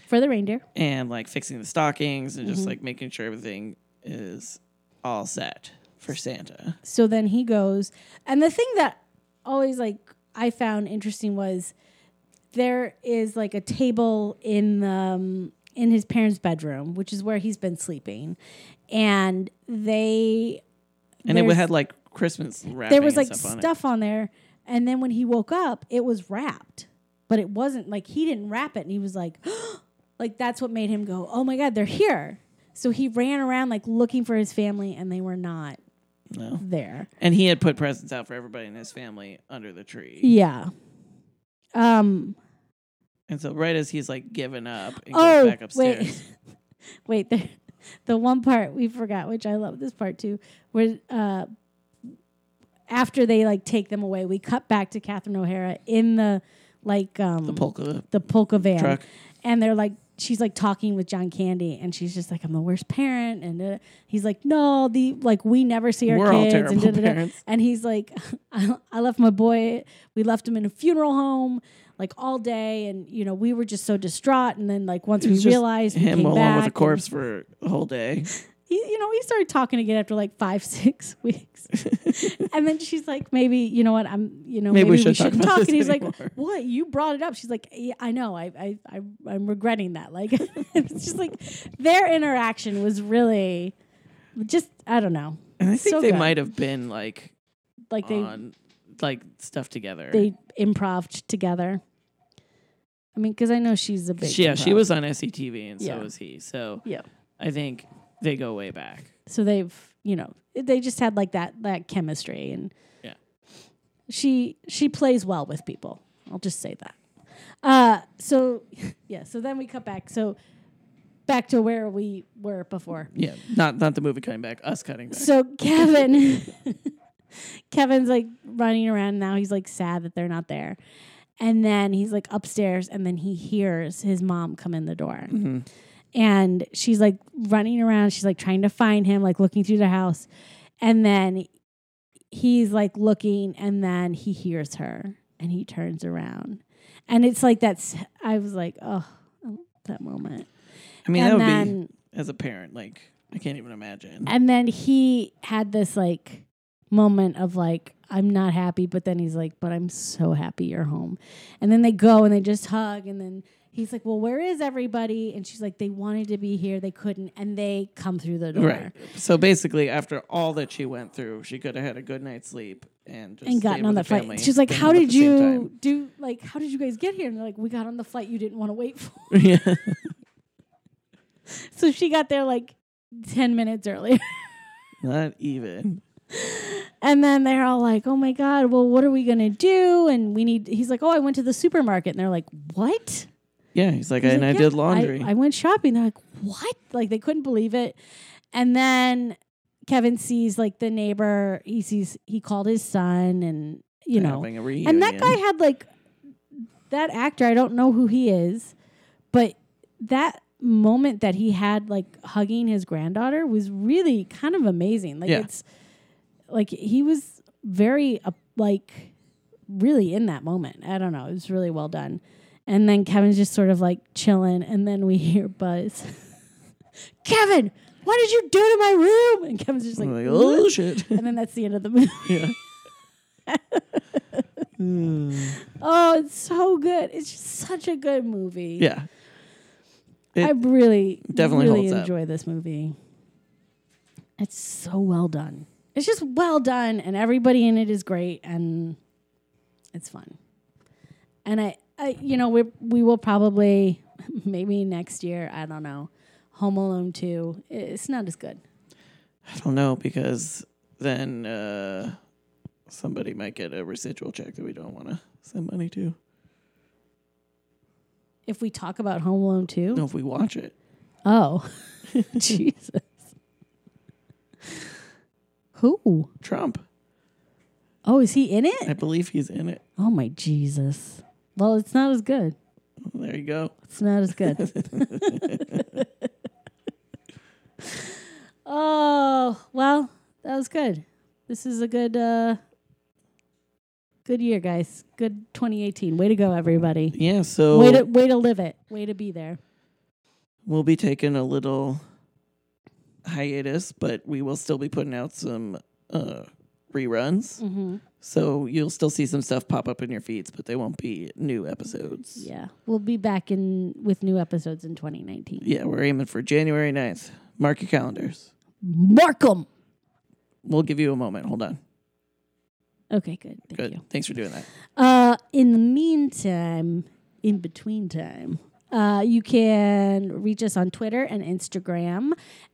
Speaker 1: for the reindeer.
Speaker 2: and like fixing the stockings and
Speaker 1: Mm-hmm.
Speaker 2: just like making sure everything is all set for Santa.
Speaker 1: So then he goes, and the thing that always like I found interesting was there is like a table in the um, in his parents' bedroom, which is where he's been sleeping, and they
Speaker 2: and it
Speaker 1: there's-
Speaker 2: had like Christmas wrapping.
Speaker 1: there was like
Speaker 2: and
Speaker 1: stuff,
Speaker 2: stuff, on
Speaker 1: on, there, and then when he woke up, it was wrapped, but it wasn't like he didn't wrap it, and he was like, like that's what made him go, oh my god, they're here. So he ran around like looking for his family, and they were not
Speaker 2: it. No.
Speaker 1: there.
Speaker 2: And he had put presents out for everybody in his family under the tree.
Speaker 1: Yeah. Um.
Speaker 2: And so right as he's like given up and
Speaker 1: oh,
Speaker 2: goes back upstairs.
Speaker 1: wait, wait. The, the one part we forgot, which I love this part too, where uh, after they like take them away, we cut back to Catherine O'Hara in the like um
Speaker 2: The polka
Speaker 1: the polka van,
Speaker 2: truck.
Speaker 1: and they're like. She's like talking with John Candy, and she's just like, "I'm the worst parent," and uh, he's like, "No, the like we never see our
Speaker 2: We're all
Speaker 1: kids." and,
Speaker 2: terrible
Speaker 1: da-da-da.
Speaker 2: parents.
Speaker 1: and he's like, I, "I left my boy. We left him in a funeral home, like all day, and you know we were just so distraught. And then like once
Speaker 2: It was
Speaker 1: we
Speaker 2: just
Speaker 1: realized we
Speaker 2: him
Speaker 1: came
Speaker 2: alone with
Speaker 1: back
Speaker 2: a
Speaker 1: and
Speaker 2: corpse for a whole day.
Speaker 1: he, you know, he started talking again after like five, six weeks, and then she's like, "Maybe you know what? I'm, you know, maybe, we, should shouldn't
Speaker 2: about
Speaker 1: talk."
Speaker 2: this
Speaker 1: And he's
Speaker 2: anymore.
Speaker 1: like, "What? You brought it up?" She's like, yeah, "I know. I, I, I, I'm regretting that." Like, it's just like their interaction was really just I don't know,
Speaker 2: And I think
Speaker 1: So
Speaker 2: they
Speaker 1: good.
Speaker 2: might have been like
Speaker 1: like they
Speaker 2: on like stuff together.
Speaker 1: they improved together. I mean, because I know she's a big
Speaker 2: She- yeah, she
Speaker 1: improv.
Speaker 2: was on SCTV and so
Speaker 1: Yeah.
Speaker 2: was he. So
Speaker 1: Yeah.
Speaker 2: I think they go way back.
Speaker 1: so they've you know they just had like that that chemistry and
Speaker 2: Yeah.
Speaker 1: she she plays well with people i'll just say that uh so yeah so then we cut back so back to where we were before
Speaker 2: Yeah, not not the movie cutting back, us cutting back.
Speaker 1: so Kevin, Kevin's like running around now. He's like sad that they're not there, and then he's like upstairs, and then he hears his mom come in the door,
Speaker 2: Mm-hmm.
Speaker 1: and she's like running around. She's like trying to find him, like looking through the house, and then he's like looking, and then he hears her, and he turns around, and it's like that's. I was like, oh, that moment,
Speaker 2: I mean,
Speaker 1: and
Speaker 2: that would
Speaker 1: then.
Speaker 2: be as a parent, like I can't even imagine.
Speaker 1: And then he had this like moment of like, I'm not happy, but then he's like, but I'm so happy you're home. And then they go and they just hug. And then he's like, well, where is everybody? And she's like, they wanted to be here, they couldn't. And they come through the door
Speaker 2: Right. So basically, after all that she went through, she could have had a good night's sleep and just
Speaker 1: and
Speaker 2: stayed
Speaker 1: gotten
Speaker 2: with
Speaker 1: on
Speaker 2: the
Speaker 1: that flight.
Speaker 2: family,
Speaker 1: She's like,
Speaker 2: came
Speaker 1: how
Speaker 2: home at
Speaker 1: did
Speaker 2: the same
Speaker 1: you do, like, how did you guys get here? And they're like, we got on the flight you didn't want to wait for.
Speaker 2: time. yeah.
Speaker 1: So she got there like 10 minutes earlier.
Speaker 2: Not even.
Speaker 1: And then they're all like, "Oh my god, well, what are we gonna do?" And we need. He's like, "Oh, I went to the supermarket," and they're like, "What?"
Speaker 2: Yeah. He's like,
Speaker 1: He's
Speaker 2: and
Speaker 1: like,
Speaker 2: I
Speaker 1: "Yeah,
Speaker 2: did laundry.
Speaker 1: I, went shopping. They're like, "What?" Like they couldn't believe it. And then Kevin sees like the neighbor. He sees he called his son, and you know,
Speaker 2: having a reunion.
Speaker 1: and that guy had like that actor. I don't know who he is, but that moment that he had like hugging his granddaughter was really kind of amazing. Like
Speaker 2: Yeah.
Speaker 1: it's like he was very uh, like really in that moment. I don't know. It was really well done. And then Kevin's just sort of like chilling, and then we hear Buzz. Kevin, what did you do to my room? And Kevin's just like,
Speaker 2: I'm like,
Speaker 1: "Ooh."
Speaker 2: oh shit.
Speaker 1: and then that's the end of the movie.
Speaker 2: yeah. Hmm.
Speaker 1: Oh, it's so good. It's just such a good movie.
Speaker 2: yeah. It
Speaker 1: I really
Speaker 2: definitely
Speaker 1: really
Speaker 2: holds up.
Speaker 1: enjoy this movie. It's so well done. It's just well done and everybody in it is great and it's fun. And I, I you know, we we will probably maybe next year, I don't know. Home Alone 2. It's not as good.
Speaker 2: I don't know because then uh, somebody might get a residual check that we don't want to send money to.
Speaker 1: If we talk about Home Alone 2,
Speaker 2: No, if we watch it.
Speaker 1: oh. Jesus. Who?
Speaker 2: Trump.
Speaker 1: Oh, is he in it?
Speaker 2: I believe he's in it.
Speaker 1: Oh my Jesus. Well, it's not as good.
Speaker 2: There you go.
Speaker 1: It's not as good. oh, well, that was good. This is a good uh good year, guys. Good 2018. Way to go, everybody.
Speaker 2: Yeah, so
Speaker 1: Way to way to live it. Way to be there.
Speaker 2: we'll be taking a little hiatus, but we will still be putting out some uh, reruns.
Speaker 1: Mm-hmm.
Speaker 2: So you'll still see some stuff pop up in your feeds, but they won't be new episodes. Yeah,
Speaker 1: Yeah. We'll be back in with new episodes in 2019.
Speaker 2: we're aiming for January 9th. Mark your calendars.
Speaker 1: Markham.
Speaker 2: We'll give you a moment. Hold on.
Speaker 1: Okay, good. Thank
Speaker 2: Good.
Speaker 1: you.
Speaker 2: Thanks for doing that.
Speaker 1: Uh, in the meantime, in between time, uh, you can reach us on Twitter and Instagram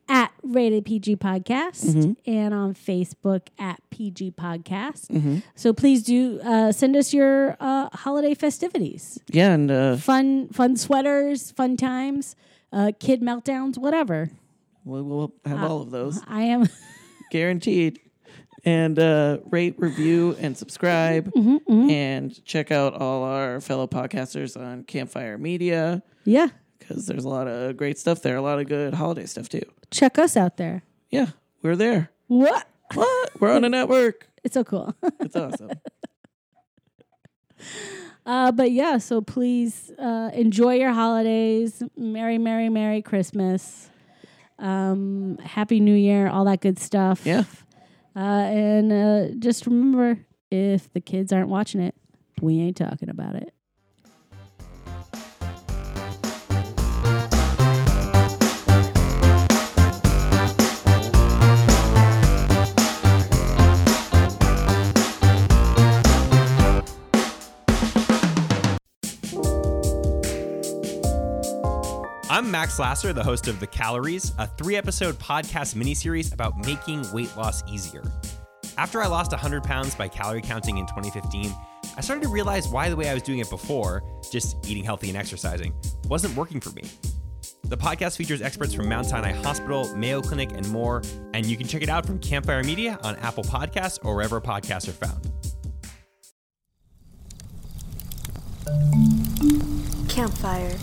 Speaker 1: at Rated PG Podcast
Speaker 2: Mm-hmm.
Speaker 1: and on Facebook at PG Podcast.
Speaker 2: Mm-hmm.
Speaker 1: So please do uh, send us your uh, holiday festivities,
Speaker 2: Yeah, and uh,
Speaker 1: fun fun sweaters, fun times, uh, kid meltdowns, whatever.
Speaker 2: we'll, we'll have
Speaker 1: Uh-huh.
Speaker 2: all of those
Speaker 1: I am
Speaker 2: guaranteed. And uh, rate, review, and subscribe.
Speaker 1: Mm-hmm,
Speaker 2: And check out all our fellow podcasters on Campfire Media
Speaker 1: yeah.
Speaker 2: because there's a lot of great stuff there, a lot of good holiday stuff too.
Speaker 1: Check us out there.
Speaker 2: Yeah, we're there.
Speaker 1: What?
Speaker 2: What? We're on a network.
Speaker 1: It's so cool.
Speaker 2: It's awesome.
Speaker 1: Uh, but yeah, so please uh, enjoy your holidays. Merry, merry, merry Christmas. Um, Happy New Year, all that good stuff.
Speaker 2: Yeah.
Speaker 1: Uh, and uh, just remember if the kids aren't watching it, we ain't talking about it.
Speaker 3: I'm Max Lasser, the host of The Calories, a three episode podcast miniseries about making weight loss easier. After I lost 100 pounds by calorie counting in 2015, I started to realize why the way I was doing it before, just eating healthy and exercising, wasn't working for me. The podcast features experts from Mount Sinai Hospital, Mayo Clinic, and more, and you can check it out from Campfire Media on Apple Podcasts or wherever podcasts are found.
Speaker 4: Campfire.